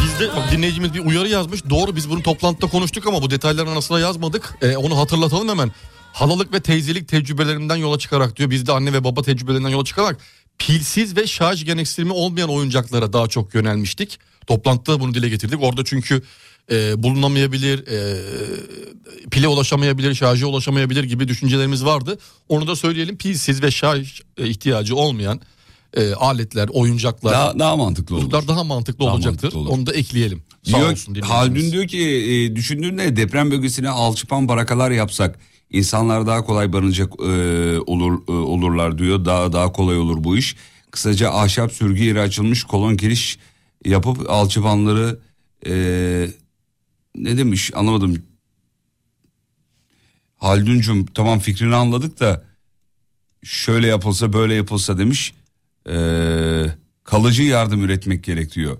Speaker 2: Bizde bak dinleyicimiz bir uyarı yazmış. Doğru biz bunu toplantıda konuştuk ama bu detayların arasına yazmadık. Ee, onu hatırlatalım hemen. Halalık ve teyzelik tecrübelerinden yola çıkarak diyor. Bizde anne ve baba tecrübelerinden yola çıkarak pilsiz ve şarj gereksinimi olmayan oyuncaklara daha çok yönelmiştik. Toplantıda bunu dile getirdik. Orada çünkü e, bulunamayabilir, e, pile ulaşamayabilir, şarja ulaşamayabilir gibi düşüncelerimiz vardı. Onu da söyleyelim. Pilsiz ve şarj e, ihtiyacı olmayan e, aletler, oyuncaklar.
Speaker 1: Daha, daha mantıklı olur.
Speaker 2: Çocuklar daha mantıklı
Speaker 1: Daha
Speaker 2: olacaktır.
Speaker 1: mantıklı olur.
Speaker 2: Onu da ekleyelim. Sağ
Speaker 1: diyor,
Speaker 2: olsun dinleyicimiz.
Speaker 1: Haldun diyor ki e, düşündüğünde deprem bölgesine alçıpan barakalar yapsak insanlar daha kolay barınacak e, olur e, olurlar diyor. Daha daha kolay olur bu iş. Kısaca ahşap sürgü yeri açılmış kolon kiriş yapıp alçıpanları e, ne demiş anlamadım. Halduncum tamam fikrini anladık da şöyle yapılsa böyle yapılsa demiş. E, kalıcı yardım üretmek gerek diyor.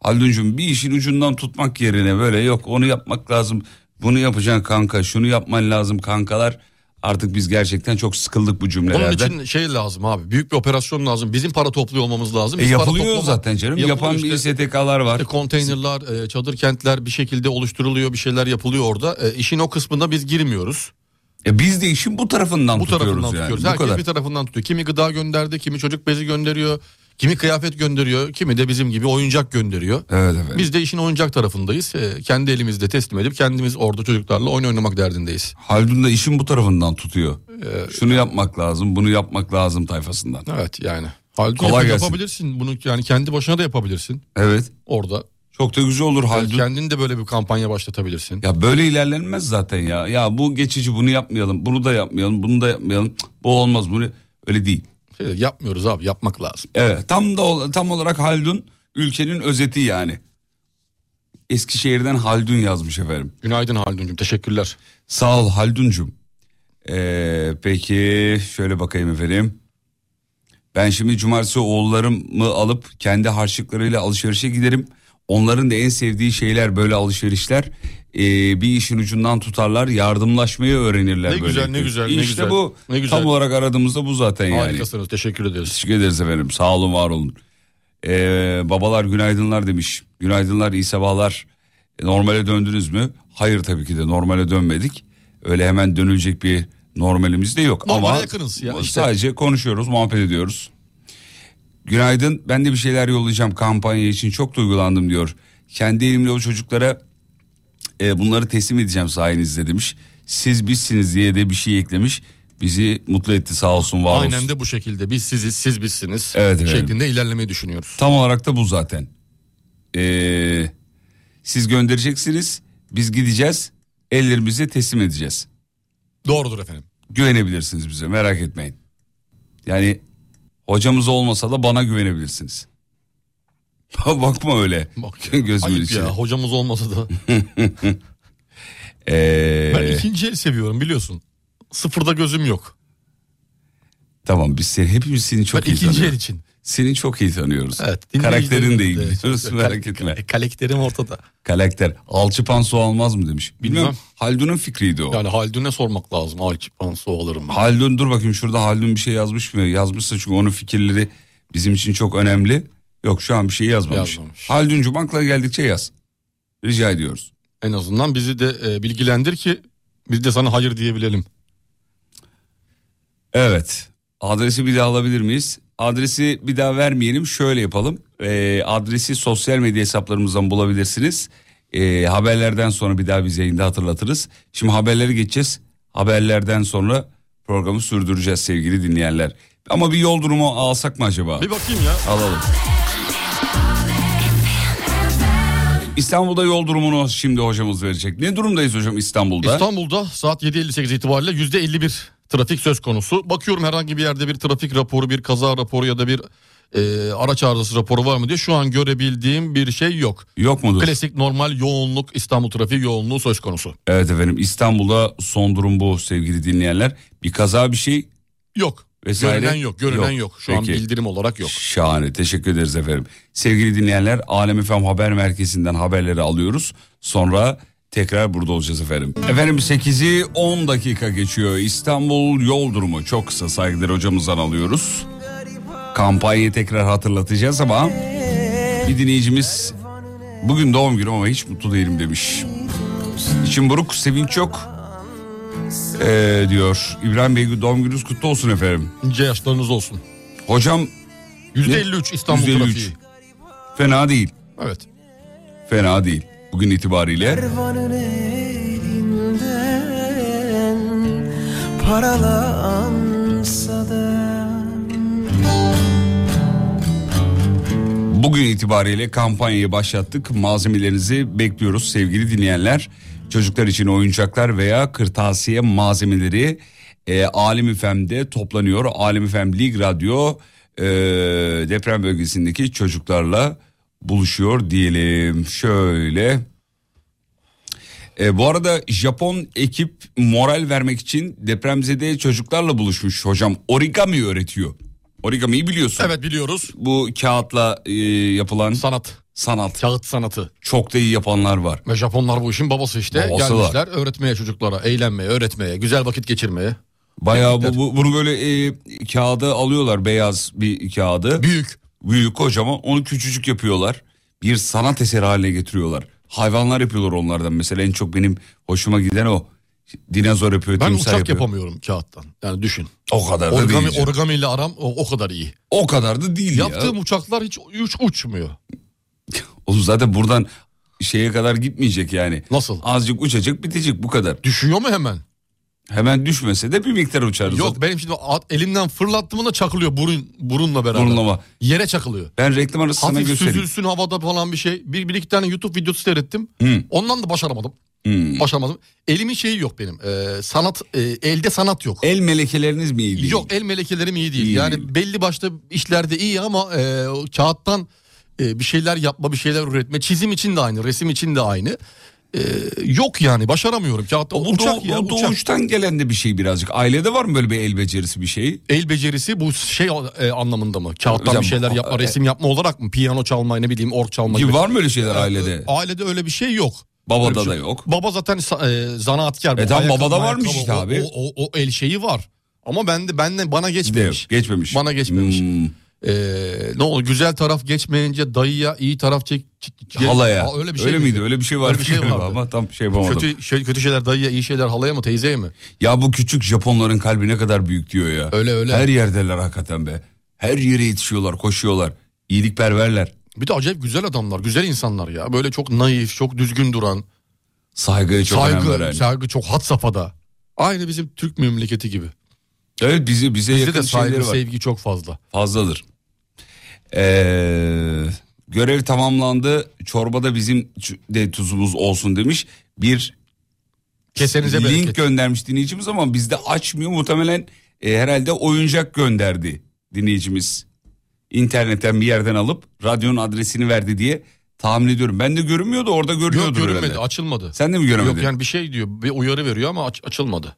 Speaker 1: Halduncuğum bir işin ucundan tutmak yerine böyle yok onu yapmak lazım. Bunu yapacaksın kanka şunu yapman lazım kankalar. Artık biz gerçekten çok sıkıldık bu
Speaker 2: Onun
Speaker 1: cümlelerden.
Speaker 2: için şey lazım abi. Büyük bir operasyon lazım. Bizim para topluyor olmamız lazım.
Speaker 1: E,
Speaker 2: Biz para
Speaker 1: yapılıyor
Speaker 2: toplama-
Speaker 1: zaten canım.
Speaker 2: Yapılıyor
Speaker 1: Yapan
Speaker 2: işte.
Speaker 1: bir STK'lar var.
Speaker 2: İşte konteynerlar, e, çadır kentler bir şekilde oluşturuluyor, bir şeyler yapılıyor orada. E, işin o kısmında biz girmiyoruz.
Speaker 1: E, biz de işin bu tarafından
Speaker 2: Bu
Speaker 1: tutuyoruz
Speaker 2: tarafından
Speaker 1: yani.
Speaker 2: tutuyoruz.
Speaker 1: Bu
Speaker 2: Herkes
Speaker 1: kadar.
Speaker 2: bir tarafından tutuyor. Kimi gıda gönderdi, kimi çocuk bezi gönderiyor, kimi kıyafet gönderiyor, kimi de bizim gibi oyuncak gönderiyor.
Speaker 1: Evet efendim.
Speaker 2: Biz de işin oyuncak tarafındayız. E, kendi elimizde teslim edip kendimiz orada çocuklarla oyun oynamak derdindeyiz.
Speaker 1: Haldun da işin bu tarafından tutuyor. Ee, şunu yapmak lazım bunu yapmak lazım tayfasından.
Speaker 2: Evet yani. Halbuki
Speaker 1: Kolay
Speaker 2: yap-
Speaker 1: gelsin.
Speaker 2: yapabilirsin bunu yani kendi başına da yapabilirsin
Speaker 1: Evet
Speaker 2: orada.
Speaker 1: çok da güzel olur Haldun.
Speaker 2: Kendin de böyle bir kampanya başlatabilirsin.
Speaker 1: Ya böyle ilerlenmez zaten ya. Ya bu geçici bunu yapmayalım, bunu da yapmayalım, bunu da yapmayalım. Cık, Bu olmaz bunu. Öyle değil.
Speaker 2: Şey, yapmıyoruz abi yapmak lazım.
Speaker 1: Evet, tam da ol- tam olarak Haldun ülkenin özeti yani. Eskişehir'den Haldun yazmış efendim.
Speaker 2: Günaydın Haldun'cum teşekkürler.
Speaker 1: Sağ ol Halduncum. Ee, peki şöyle bakayım efendim. Ben şimdi cumartesi oğullarımı alıp kendi harçlıklarıyla alışverişe giderim. Onların da en sevdiği şeyler böyle alışverişler. Ee, bir işin ucundan tutarlar yardımlaşmayı öğrenirler.
Speaker 2: Ne
Speaker 1: böyle.
Speaker 2: güzel, ne güzel, ne
Speaker 1: İşte
Speaker 2: güzel.
Speaker 1: bu
Speaker 2: Ne güzel.
Speaker 1: tam olarak aradığımızda bu zaten yani.
Speaker 2: Harikasınız teşekkür ederiz.
Speaker 1: Teşekkür ederiz efendim. Sağ olun, var olun. Ee, babalar günaydınlar demiş. Günaydınlar, iyi sabahlar. E, Normale döndünüz mü? Hayır tabii ki de normale dönmedik. Öyle hemen dönülecek bir normalimiz de yok.
Speaker 2: Normale
Speaker 1: Ama
Speaker 2: yakınız ya,
Speaker 1: bu-
Speaker 2: işte.
Speaker 1: Sadece konuşuyoruz, muhabbet ediyoruz. Günaydın, ben de bir şeyler yollayacağım kampanya için. Çok duygulandım diyor. Kendi elimle o çocuklara e, bunları teslim edeceğim sayenizde demiş. Siz bizsiniz diye de bir şey eklemiş. Bizi mutlu etti sağ olsun var olsun.
Speaker 2: Aynen de bu şekilde biz siziz siz bizsiniz
Speaker 1: Evet, evet.
Speaker 2: şeklinde ilerlemeyi düşünüyoruz.
Speaker 1: Tam olarak da bu zaten. Ee, siz göndereceksiniz, biz gideceğiz, ellerimize teslim edeceğiz.
Speaker 2: Doğrudur efendim.
Speaker 1: Güvenebilirsiniz bize, merak etmeyin. Yani hocamız olmasa da bana güvenebilirsiniz. Bakma öyle.
Speaker 2: Bak,
Speaker 1: Gözümün
Speaker 2: ayıp
Speaker 1: içine.
Speaker 2: ya hocamız olmasa da.
Speaker 1: Ee,
Speaker 2: Ben ikinci el seviyorum biliyorsun. Sıfırda gözüm yok.
Speaker 1: Tamam biz seni, hepimiz seni çok
Speaker 2: ben
Speaker 1: iyi
Speaker 2: ikinci el
Speaker 1: tanıyoruz.
Speaker 2: için.
Speaker 1: Seni çok iyi tanıyoruz.
Speaker 2: Evet.
Speaker 1: Karakterin de iyi
Speaker 2: Evet,
Speaker 1: biliyoruz,
Speaker 2: evet.
Speaker 1: merak etme.
Speaker 2: E, Kalekterim ortada.
Speaker 1: Karakter. Alçıpan su almaz mı demiş. Bilmem.
Speaker 2: Bilmem.
Speaker 1: Haldun'un fikriydi o.
Speaker 2: Yani Haldun'a sormak lazım. Alçıpan su alırım.
Speaker 1: Haldun dur bakayım şurada Haldun bir şey yazmış mı? Yazmışsa çünkü onun fikirleri bizim için çok önemli. Yok şu an bir şey yazmamış.
Speaker 2: Yazmamış.
Speaker 1: Halduncu bankla geldikçe yaz. Rica ediyoruz.
Speaker 2: En azından bizi de e, bilgilendir ki biz de sana hayır diyebilelim.
Speaker 1: Evet. Adresi bir daha alabilir miyiz? Adresi bir daha vermeyelim. Şöyle yapalım. Ee, adresi sosyal medya hesaplarımızdan bulabilirsiniz. Ee, haberlerden sonra bir daha biz yayında hatırlatırız. Şimdi haberleri geçeceğiz. Haberlerden sonra programı sürdüreceğiz sevgili dinleyenler. Ama bir yol durumu alsak mı acaba?
Speaker 2: Bir bakayım ya.
Speaker 1: Alalım. İstanbul'da yol durumunu şimdi hocamız verecek. Ne durumdayız hocam İstanbul'da?
Speaker 2: İstanbul'da saat 7.58 itibariyle %51 trafik söz konusu. Bakıyorum herhangi bir yerde bir trafik raporu, bir kaza raporu ya da bir e, araç arızası raporu var mı diye şu an görebildiğim bir şey yok.
Speaker 1: Yok mudur?
Speaker 2: Klasik normal yoğunluk İstanbul trafiği yoğunluğu söz konusu.
Speaker 1: Evet efendim İstanbul'da son durum bu sevgili dinleyenler. Bir kaza bir şey
Speaker 2: Yok.
Speaker 1: Vesaire?
Speaker 2: Görünen yok, görünen yok.
Speaker 1: Yok.
Speaker 2: Şu an
Speaker 1: Peki.
Speaker 2: bildirim olarak yok.
Speaker 1: Şahane teşekkür ederiz efendim. Sevgili dinleyenler Alem FM Haber Merkezi'nden haberleri alıyoruz. Sonra tekrar burada olacağız efendim. Efendim 8'i 10 dakika geçiyor. İstanbul yol durumu çok kısa saygıları hocamızdan alıyoruz. Kampanyayı tekrar hatırlatacağız ama bir dinleyicimiz bugün doğum günü ama hiç mutlu değilim demiş. İçim buruk sevinç yok Ee, diyor. İbrahim Bey doğum gününüz kutlu olsun efendim.
Speaker 2: İnce yaşlarınız olsun.
Speaker 1: Hocam
Speaker 2: %53 İstanbul
Speaker 1: %53.
Speaker 2: trafiği.
Speaker 1: fena değil.
Speaker 2: Evet.
Speaker 1: Fena değil. Bugün itibariyle
Speaker 3: Kervanın elinden Paralansa da
Speaker 1: bugün itibariyle kampanyayı başlattık. Malzemelerinizi bekliyoruz sevgili dinleyenler. Çocuklar için oyuncaklar veya kırtasiye malzemeleri e, Alim FM'de toplanıyor. Alim FM Lig Radyo e, deprem bölgesindeki çocuklarla buluşuyor diyelim. Şöyle E, bu arada Japon ekip moral vermek için depremzede çocuklarla buluşmuş hocam. Origami öğretiyor. Origamiyi biliyorsun.
Speaker 2: Evet biliyoruz.
Speaker 1: Bu kağıtla e, yapılan
Speaker 2: Sanat.
Speaker 1: sanat.
Speaker 2: Kağıt sanatı.
Speaker 1: Çok da iyi yapanlar var.
Speaker 2: Ve Japonlar bu işin babası işte.
Speaker 1: Babası var.
Speaker 2: Gelmişler öğretmeye çocuklara, eğlenmeye, öğretmeye, güzel vakit geçirmeye.
Speaker 1: Bayağı bu, bu- bunu böyle e, kağıda alıyorlar beyaz bir kağıdı.
Speaker 2: Büyük.
Speaker 1: Büyük kocaman onu küçücük yapıyorlar. Bir sanat eseri haline getiriyorlar. Hayvanlar yapıyorlar onlardan mesela en çok benim hoşuma giden o. Dinozor yapıyor,
Speaker 2: Ben
Speaker 1: timsah
Speaker 2: uçak
Speaker 1: yapıyor.
Speaker 2: yapamıyorum kağıttan. Yani düşün.
Speaker 1: O kadar da
Speaker 2: Origami,
Speaker 1: değil. canım.
Speaker 2: origami ile aram o, o kadar iyi.
Speaker 1: o kadar da değil
Speaker 2: Yaptığım
Speaker 1: ya.
Speaker 2: uçaklar hiç uç, uçmuyor.
Speaker 1: Oğlum zaten buradan şeye kadar gitmeyecek yani.
Speaker 2: Nasıl?
Speaker 1: Azıcık uçacak bitecek bu kadar.
Speaker 2: Düşüyor mu hemen?
Speaker 1: Hemen düşmese de bir miktar uçarız.
Speaker 2: Yok benim şimdi at- elimden fırlattığımda çakılıyor burun burunla beraber.
Speaker 1: Burnlama.
Speaker 2: Yere çakılıyor.
Speaker 1: Ben reklam arası sana
Speaker 2: Hafif
Speaker 1: göstereyim.
Speaker 2: süzülsün havada falan bir şey. Bir, bir iki tane YouTube videosu seyrettim.
Speaker 1: Hı.
Speaker 2: Ondan da başaramadım.
Speaker 1: Hmm.
Speaker 2: Başaramadım. Elimin şeyi yok benim. Ee, sanat e, elde sanat yok.
Speaker 1: El melekeleriniz mi iyi değil?
Speaker 2: Yok el melekelerim iyi değil.
Speaker 1: İyi
Speaker 2: yani
Speaker 1: değil.
Speaker 2: belli başlı işlerde iyi ama e, o kağıttan e, bir şeyler yapma, bir şeyler üretme. Çizim için de aynı, resim için de aynı. e, yok yani başaramıyorum. Kağıtta
Speaker 1: Bu,
Speaker 2: uçak
Speaker 1: doğ-
Speaker 2: ya
Speaker 1: bu
Speaker 2: uçak.
Speaker 1: doğuştan gelen de bir şey birazcık. Ailede var mı böyle bir el becerisi bir şey?
Speaker 2: El becerisi bu şey e, anlamında mı? Kağıttan
Speaker 1: Hocam,
Speaker 2: bir şeyler yapma,
Speaker 1: e,
Speaker 2: resim yapma olarak mı? Piyano çalmayı ne bileyim, org çalmayı.
Speaker 1: Ki var mı öyle şeyler ailede?
Speaker 2: Ailede öyle bir şey yok. Öyle bir
Speaker 1: Babada
Speaker 2: şey-
Speaker 1: da yok.
Speaker 2: Baba zaten sa- e, zanaatkar.
Speaker 1: E
Speaker 2: Bu
Speaker 1: tamam,
Speaker 2: ayakkabı,
Speaker 1: babada varmış
Speaker 2: ayakkabı,
Speaker 1: işte abi.
Speaker 2: o- O, o- o el şeyi var. Ama bende bende bana geçmemiş.
Speaker 1: Yok, geçmemiş.
Speaker 2: Bana geçmemiş.
Speaker 1: Hmm.
Speaker 2: E, ne oldu? Güzel taraf geçmeyince dayıya iyi taraf çek. çek-
Speaker 1: Halaya.
Speaker 2: Aa,
Speaker 1: öyle
Speaker 2: öyle bir şey
Speaker 1: miydi?
Speaker 2: miydi?
Speaker 1: Öyle bir şey var.
Speaker 2: Öyle bir şey vardı.
Speaker 1: Ama tam şey yapamadım.
Speaker 2: Kötü şey, kötü şeyler dayıya, iyi şeyler halaya mı, teyzeye mi?
Speaker 1: Ya bu küçük Japonların kalbi ne kadar büyük diyor ya.
Speaker 2: Öyle, öyle.
Speaker 1: Her yerdeler hakikaten be. Her yere yetişiyorlar, koşuyorlar. İyilikperverler.
Speaker 2: Bir de acayip güzel adamlar, güzel insanlar ya. Böyle çok naif, çok düzgün duran,
Speaker 1: Saygıya çok önem
Speaker 2: saygı,
Speaker 1: veren.
Speaker 2: saygı çok had safhada. Aynı bizim Türk memleketi gibi.
Speaker 1: Evet bizi bize
Speaker 2: Bizde
Speaker 1: yakın
Speaker 2: de saygı,
Speaker 1: şeyleri var.
Speaker 2: sevgi çok fazla.
Speaker 1: Fazladır. Ee, görev tamamlandı. Çorbada bizim ç- de tuzumuz olsun demiş. Bir
Speaker 2: Kesenize
Speaker 1: link
Speaker 2: bereket.
Speaker 1: göndermiş dinleyicimiz ama bizde açmıyor. Muhtemelen e, herhalde oyuncak gönderdi dinleyicimiz. İnternetten bir yerden alıp radyonun adresini verdi diye tahmin ediyorum. Ben de görünmüyordu orada görünüyordu.
Speaker 2: Yok görünmedi,
Speaker 1: herhalde.
Speaker 2: açılmadı.
Speaker 1: Sen de mi göremedin?
Speaker 2: Yok yani bir şey diyor, bir uyarı veriyor ama aç- açılmadı.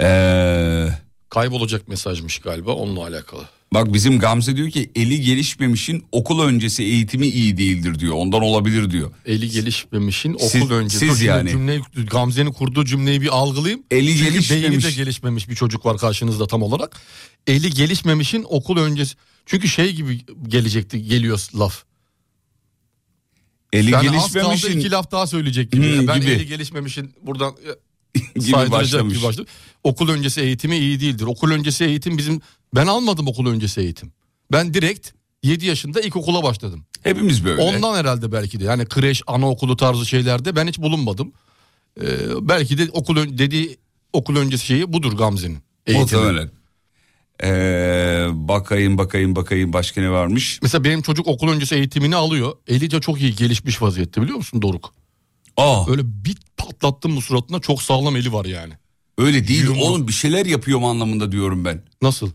Speaker 1: Ee,
Speaker 2: Kaybolacak mesajmış galiba onunla alakalı.
Speaker 1: bak bizim Gamze diyor ki eli gelişmemişin okul öncesi eğitimi iyi değildir diyor. Ondan olabilir diyor.
Speaker 2: Eli gelişmemişin okul
Speaker 1: Siz-
Speaker 2: öncesi.
Speaker 1: siz
Speaker 2: Dur şimdi
Speaker 1: yani.
Speaker 2: Cümleyi, Gamze'nin kurduğu cümleyi bir algılayayım.
Speaker 1: Eli
Speaker 2: Çünkü beyni de
Speaker 1: gelişmemiş.
Speaker 2: gelişmemiş bir çocuk var karşınızda tam olarak. Eli gelişmemişin okul öncesi. Çünkü şey gibi gelecekti geliyor laf.
Speaker 1: Eli
Speaker 2: Yani az kaldı
Speaker 1: gelişmemişin
Speaker 2: iki laf daha söyleyecek gibi.
Speaker 1: Hmm,
Speaker 2: ben
Speaker 1: gibi.
Speaker 2: eli gelişmemişin buradan e,
Speaker 1: gibi
Speaker 2: saydıracak
Speaker 1: başlamış.
Speaker 2: gibi başladı. Okul öncesi eğitimi iyi değildir. Okul öncesi eğitim bizim... Ben almadım okul öncesi eğitim. Ben direkt 7 yaşında ilkokula başladım.
Speaker 1: Hepimiz böyle.
Speaker 2: Ondan herhalde belki de. Yani kreş, anaokulu tarzı şeylerde ben hiç bulunmadım. Ee, belki de okul ön- dediği okul öncesi şeyi budur Gamze'nin. eğitimi.
Speaker 1: Muhtemelen. Ee, bakayım bakayım bakayım başka ne varmış?
Speaker 2: Mesela benim çocuk okul öncesi eğitimini alıyor. Eli de çok iyi gelişmiş vaziyette biliyor musun Doruk?
Speaker 1: Aa
Speaker 2: Öyle bir patlattım bu suratına çok sağlam eli var yani.
Speaker 1: öyle değil
Speaker 2: Yumruk.
Speaker 1: oğlum bir şeyler yapıyor mu anlamında diyorum ben.
Speaker 2: Nasıl?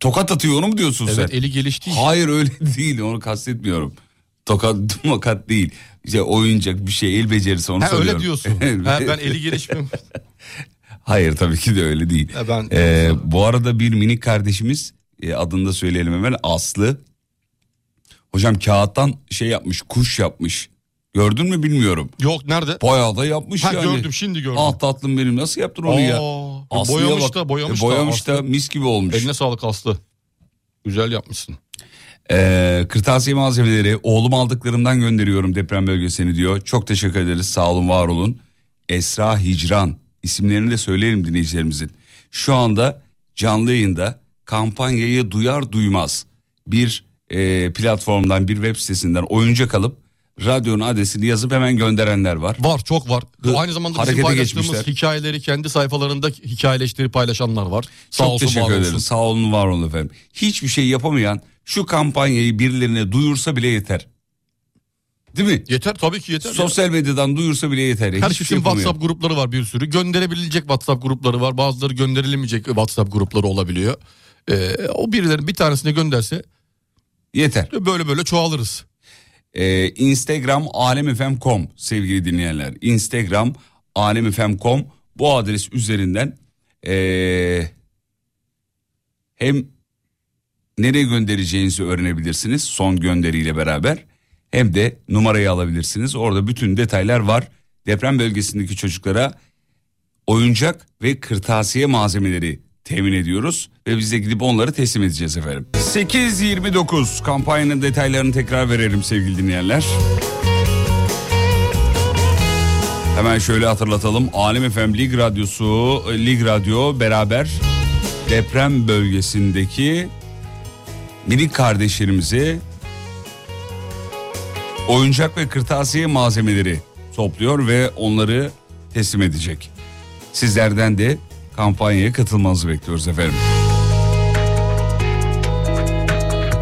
Speaker 1: Tokat atıyor onu mu diyorsun
Speaker 2: Evet
Speaker 1: sen?
Speaker 2: eli gelişti.
Speaker 1: Hayır öyle değil onu kastetmiyorum. Tokat tokat değil. İşte oyuncak bir şey el becerisi onu
Speaker 2: Ha,
Speaker 1: söylüyorum.
Speaker 2: öyle diyorsun. ha, ben eli gelişmem.
Speaker 1: Hayır tabii ki de öyle değil.
Speaker 2: Ha, ben-
Speaker 1: Ee, bu arada bir minik kardeşimiz e, adını da söyleyelim hemen Aslı. Hocam kağıttan şey yapmış kuş yapmış. Gördün mü bilmiyorum.
Speaker 2: Yok nerede?
Speaker 1: Bayağı da yapmış
Speaker 2: Ha
Speaker 1: yani.
Speaker 2: gördüm şimdi gördüm.
Speaker 1: Ah tatlım benim nasıl yaptın onu
Speaker 2: Aa,
Speaker 1: ya? Aslı'ya
Speaker 2: boyamış
Speaker 1: bak.
Speaker 2: da
Speaker 1: E,
Speaker 2: boyamış,
Speaker 1: boyamış
Speaker 2: da.
Speaker 1: da mis gibi olmuş.
Speaker 2: Aslı. Eline sağlık Aslı. Güzel yapmışsın.
Speaker 1: Ee, kırtasiye malzemeleri oğlum aldıklarımdan gönderiyorum deprem bölgesini diyor. Çok teşekkür ederiz sağ olun var olun. Esra Hicran isimlerini de söyleyelim dinleyicilerimizin. Şu anda canlı yayında kampanyayı duyar duymaz bir e, platformdan bir web sitesinden oyuncak alıp radyonun adresini yazıp hemen gönderenler var.
Speaker 2: Var çok var.
Speaker 1: Hı,
Speaker 2: Aynı zamanda bizim
Speaker 1: Ee, harekete
Speaker 2: paylaştığımız
Speaker 1: geçmişler.
Speaker 2: hikayeleri kendi sayfalarında hikayeleştirip paylaşanlar var. Sağ
Speaker 1: Çok
Speaker 2: olsun
Speaker 1: teşekkür
Speaker 2: var olsun.
Speaker 1: ederiz. Sağ olun var olun efendim. Hiçbir şey yapamayan şu kampanyayı birilerine duyursa bile yeter. Değil mi?
Speaker 2: Yeter tabii ki yeter. ya.
Speaker 1: Sosyal medyadan duyursa bile yeter. ya. Hiçbir
Speaker 2: Herkesin
Speaker 1: şey yapamıyor.
Speaker 2: WhatsApp grupları var bir sürü. Gönderebilecek WhatsApp grupları var. Bazıları gönderilemeyecek WhatsApp grupları olabiliyor. Ee, o birileri bir tanesine gönderse
Speaker 1: Yeter.
Speaker 2: böyle böyle çoğalırız.
Speaker 1: Ee, Instagram alemfm.com sevgili dinleyenler. Instagram alemfm.com bu adres üzerinden ee, hem nereye göndereceğinizi öğrenebilirsiniz son gönderiyle beraber. Hem de numarayı alabilirsiniz. Orada bütün detaylar var. Deprem bölgesindeki çocuklara oyuncak ve kırtasiye malzemeleri temin ediyoruz ve biz de gidip onları teslim edeceğiz efendim. 8.29 kampanyanın detaylarını tekrar verelim sevgili dinleyenler. Hemen şöyle hatırlatalım. Alem FM Lig Radyosu, Lig Radyo beraber deprem bölgesindeki minik kardeşlerimize oyuncak ve kırtasiye malzemeleri topluyor ve onları teslim edecek. Sizlerden de kampanyaya katılmanızı bekliyoruz efendim.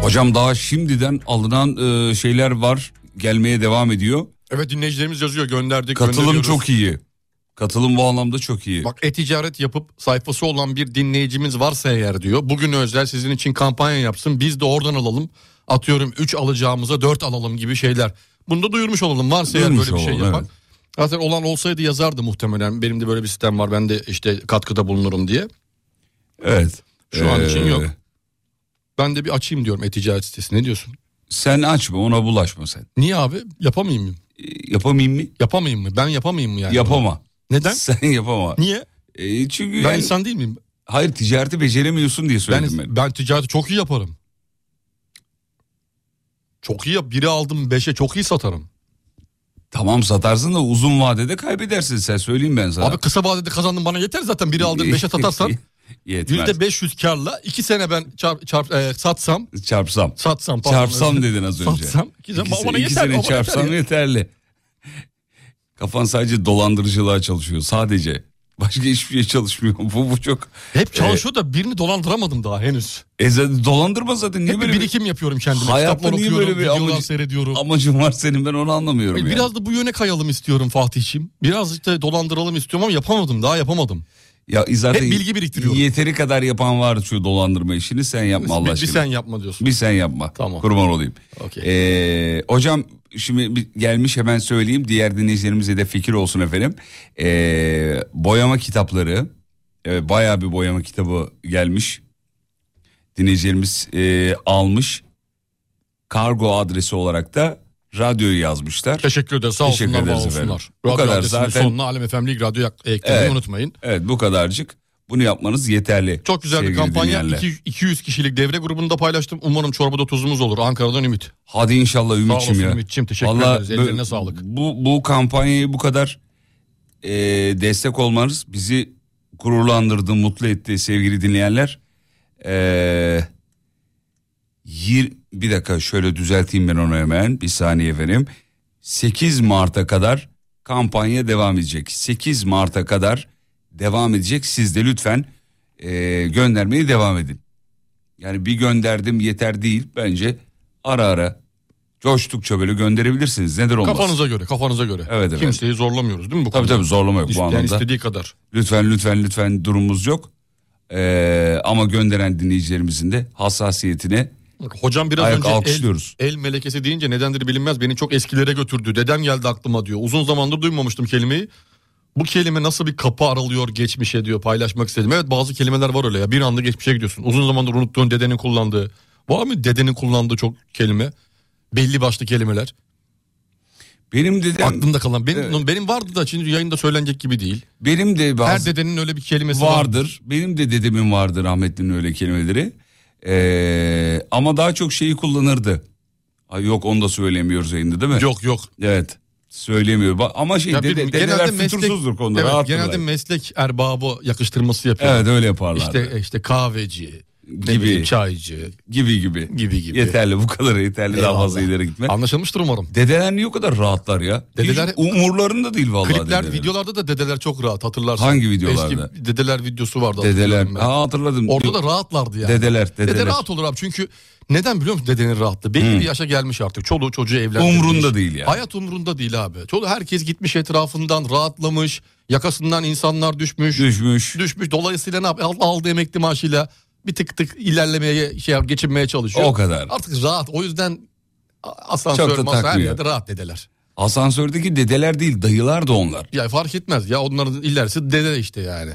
Speaker 1: Hocam daha şimdiden alınan e, şeyler var gelmeye devam ediyor.
Speaker 2: Evet dinleyicilerimiz yazıyor gönderdik.
Speaker 1: Katılım
Speaker 2: gönderiyoruz.
Speaker 1: çok iyi. Katılım bu anlamda çok iyi.
Speaker 2: Bak e-ticaret yapıp sayfası olan bir dinleyicimiz varsa eğer diyor. Bugün özel sizin için kampanya yapsın. Biz de oradan alalım. Atıyorum 3 alacağımıza 4 alalım gibi şeyler. Bunu da duyurmuş olalım varsa eğer
Speaker 1: Duyurmuş
Speaker 2: böyle bir şey
Speaker 1: olalım,
Speaker 2: yapan.
Speaker 1: evet.
Speaker 2: Zaten olan olsaydı yazardı muhtemelen. Benim de böyle bir sistem var. Ben de işte katkıda bulunurum diye.
Speaker 1: Evet.
Speaker 2: Şu an için
Speaker 1: Ee,
Speaker 2: yok. Ben de bir açayım diyorum e-ticaret sitesi. Ne diyorsun?
Speaker 1: Sen açma ona bulaşma sen.
Speaker 2: Niye abi? Yapamayayım mı?
Speaker 1: Ee, Yapamayayım mı?
Speaker 2: Yapamayayım mı? Ben yapamayayım mı yani?
Speaker 1: Yapama.
Speaker 2: Neden?
Speaker 1: Sen yapama.
Speaker 2: Niye?
Speaker 1: Ee, çünkü
Speaker 2: Ben
Speaker 1: yani-
Speaker 2: insan değil miyim?
Speaker 1: hayır ticareti beceremiyorsun diye
Speaker 2: Ben,
Speaker 1: söyledim ben.
Speaker 2: ben ticareti çok iyi yaparım. Çok iyi yap. Biri aldım beşe çok iyi satarım.
Speaker 1: Tamam satarsın da uzun vadede kaybedersin sen söyleyeyim ben sana.
Speaker 2: Abi kısa vadede kazandım bana yeter zaten. Biri aldım beşe satarsan
Speaker 1: Yetmez.
Speaker 2: yüzde beş yüz karla iki sene ben çarp, çarp, e, satsam
Speaker 1: Çarpsam.
Speaker 2: satsam pardon,
Speaker 1: Çarpsam
Speaker 2: özür-
Speaker 1: dedin az önce.
Speaker 2: Satsam. İki, sene-
Speaker 1: İki,
Speaker 2: bana
Speaker 1: iki
Speaker 2: yeter,
Speaker 1: sene
Speaker 2: bana
Speaker 1: çarpsam
Speaker 2: yeter ya.
Speaker 1: yeterli. Kafan sadece dolandırıcılığa çalışıyor sadece. Başka hiçbir şey çalışmıyor. bu, bu çok...
Speaker 2: Hep çalışıyor da birini dolandıramadım daha henüz.
Speaker 1: E zaten dolandırma zaten. Niye
Speaker 2: Hep bir
Speaker 1: böyle bir-
Speaker 2: birikim yapıyorum kendime.
Speaker 1: Hayatta
Speaker 2: Kitaplar
Speaker 1: niye
Speaker 2: okuyorum,
Speaker 1: böyle bir
Speaker 2: videolar
Speaker 1: amacı-
Speaker 2: seyrediyorum.
Speaker 1: amacın var senin ben onu anlamıyorum ya.
Speaker 2: E, Biraz da bu yöne kayalım istiyorum Fatih'ciğim. Biraz işte dolandıralım istiyorum ama yapamadım daha yapamadım.
Speaker 1: Ya zaten
Speaker 2: Hep bilgi biriktiriyorum.
Speaker 1: Yeteri kadar yapan var şu dolandırma işini sen yapma Allah
Speaker 2: bir, bir
Speaker 1: aşkına.
Speaker 2: sen yapma diyorsun.
Speaker 1: Bir sen yapma.
Speaker 2: Tamam.
Speaker 1: Kurban olayım.
Speaker 2: Okey.
Speaker 1: Ee, hocam şimdi bir- gelmiş hemen söyleyeyim. Diğer dinleyicilerimize de fikir olsun efendim. Ee, boyama kitapları. Evet, bayağı bir boyama kitabı gelmiş. Dinleyicilerimiz ee, almış. Kargo adresi olarak da radyoyu yazmışlar.
Speaker 2: Teşekkür ederiz sağ
Speaker 1: Teşekkür
Speaker 2: olsunlar var
Speaker 1: ederiz efendim.
Speaker 2: olsunlar.
Speaker 1: Bu
Speaker 2: Radyo
Speaker 1: kadar
Speaker 2: adresinin
Speaker 1: zaten-
Speaker 2: sonuna Alem FM Lig Radyo ek- eklemeyi
Speaker 1: Evet.
Speaker 2: unutmayın.
Speaker 1: Evet bu kadarcık. Bunu yapmanız yeterli.
Speaker 2: Çok güzel bir
Speaker 1: sevgili
Speaker 2: kampanya.
Speaker 1: dinleyenler.
Speaker 2: İki- 200 kişilik devre grubunda paylaştım. Umarım çorbada tuzumuz olur. Ankara'dan Ümit.
Speaker 1: Hadi inşallah
Speaker 2: Sağ
Speaker 1: Ümit'ciğim
Speaker 2: olasın
Speaker 1: ya.
Speaker 2: Ümit'ciğim. Teşekkür
Speaker 1: Vallahi
Speaker 2: ederiz. Ellerine
Speaker 1: bu-
Speaker 2: sağlık.
Speaker 1: Bu, bu kampanyayı bu kadar e, destek olmanız bizi gururlandırdı, mutlu etti sevgili dinleyenler. E, yir- bir dakika şöyle düzelteyim ben onu hemen. Bir saniye efendim. 8 Mart'a kadar kampanya devam edecek. 8 Mart'a kadar devam edecek. Siz de lütfen e, göndermeye devam edin. Yani bir gönderdim yeter değil. Bence ara ara coştukça böyle gönderebilirsiniz. Neden olmaz?
Speaker 2: Kafanıza göre kafanıza göre.
Speaker 1: Evet, evet.
Speaker 2: Kimseyi zorlamıyoruz değil mi bu
Speaker 1: Tabii
Speaker 2: konuda?
Speaker 1: tabii zorlama yok bu
Speaker 2: İsteyen
Speaker 1: anlamda.
Speaker 2: istediği kadar.
Speaker 1: Lütfen lütfen lütfen durumumuz yok. Ee, ama gönderen dinleyicilerimizin de hassasiyetine
Speaker 2: Hocam biraz
Speaker 1: Ayak
Speaker 2: önce el,
Speaker 1: alkışlıyoruz.
Speaker 2: el melekesi deyince nedendir bilinmez beni çok eskilere götürdü. Dedem geldi aklıma diyor. Uzun zamandır duymamıştım kelimeyi. Bu kelime nasıl bir kapı aralıyor geçmişe diyor paylaşmak istedim. Evet bazı kelimeler var öyle ya bir anda geçmişe gidiyorsun. Uzun zamandır unuttuğun dedenin kullandığı. Var mı dedenin kullandığı çok kelime? Belli başlı kelimeler.
Speaker 1: benim dedem
Speaker 2: Aklımda kalan. Benim,
Speaker 1: Evet.
Speaker 2: benim vardı da şimdi yayında söylenecek gibi değil.
Speaker 1: benim de
Speaker 2: Her
Speaker 1: bazı
Speaker 2: dedenin öyle bir kelimesi vardı.
Speaker 1: vardır. Benim de dedemin vardır rahmetlinin öyle kelimeleri. Ee, ama daha çok şeyi kullanırdı. Ay yok onu da söylemiyoruz yayında değil mi?
Speaker 2: Yok yok.
Speaker 1: Evet. Söylemiyor. Ba- Ama şey
Speaker 2: Ya bir-
Speaker 1: dede, dedeler fütursuzdur konuda.
Speaker 2: Evet,
Speaker 1: rahattırlar.
Speaker 2: genelde meslek erbabı yakıştırması yapıyor.
Speaker 1: Evet öyle yaparlar.
Speaker 2: İşte e, işte kahveci, gibi
Speaker 1: Gibi.
Speaker 2: çaycı.
Speaker 1: gibi gibi.
Speaker 2: Gibi gibi.
Speaker 1: Yeterli bu kadar yeterli daha
Speaker 2: Eyvallah.
Speaker 1: fazla ileri gitme.
Speaker 2: Anlaşılmıştır umarım.
Speaker 1: Dedeler niye o kadar rahatlar ya?
Speaker 2: Dedeler-
Speaker 1: Hiç umurlarında değil vallahi
Speaker 2: Klipler,
Speaker 1: dedelerin.
Speaker 2: videolarda da dedeler çok rahat hatırlarsın.
Speaker 1: Hangi videolarda?
Speaker 2: Eski dedeler videosu vardı.
Speaker 1: Dedeler.
Speaker 2: hatırlıyorum ben.
Speaker 1: Ha hatırladım.
Speaker 2: Orada
Speaker 1: Yok,
Speaker 2: da rahatlardı yani.
Speaker 1: Dedeler, dedeler.
Speaker 2: Dede rahat olur abi çünkü neden biliyor musun dedenin rahatlığı? Belli bir yaşa gelmiş artık. Çoluğu çocuğu evlendirmiş.
Speaker 1: Umrunda değil yani.
Speaker 2: Hayat umrunda değil abi. Çoluğu herkes gitmiş etrafından rahatlamış. Yakasından insanlar düşmüş.
Speaker 1: düşmüş.
Speaker 2: düşmüş. Dolayısıyla ne yap? Al- Aldı emekli maaşıyla bir tık tık ilerlemeye şey yap- geçinmeye çalışıyor.
Speaker 1: O kadar.
Speaker 2: Artık rahat. O yüzden a- asansör
Speaker 1: Çok da
Speaker 2: masa her
Speaker 1: takmıyor.
Speaker 2: yerde rahat dedeler.
Speaker 1: Asansördeki dedeler değil dayılar da onlar.
Speaker 2: Ya fark etmez ya onların ilerisi dede işte yani.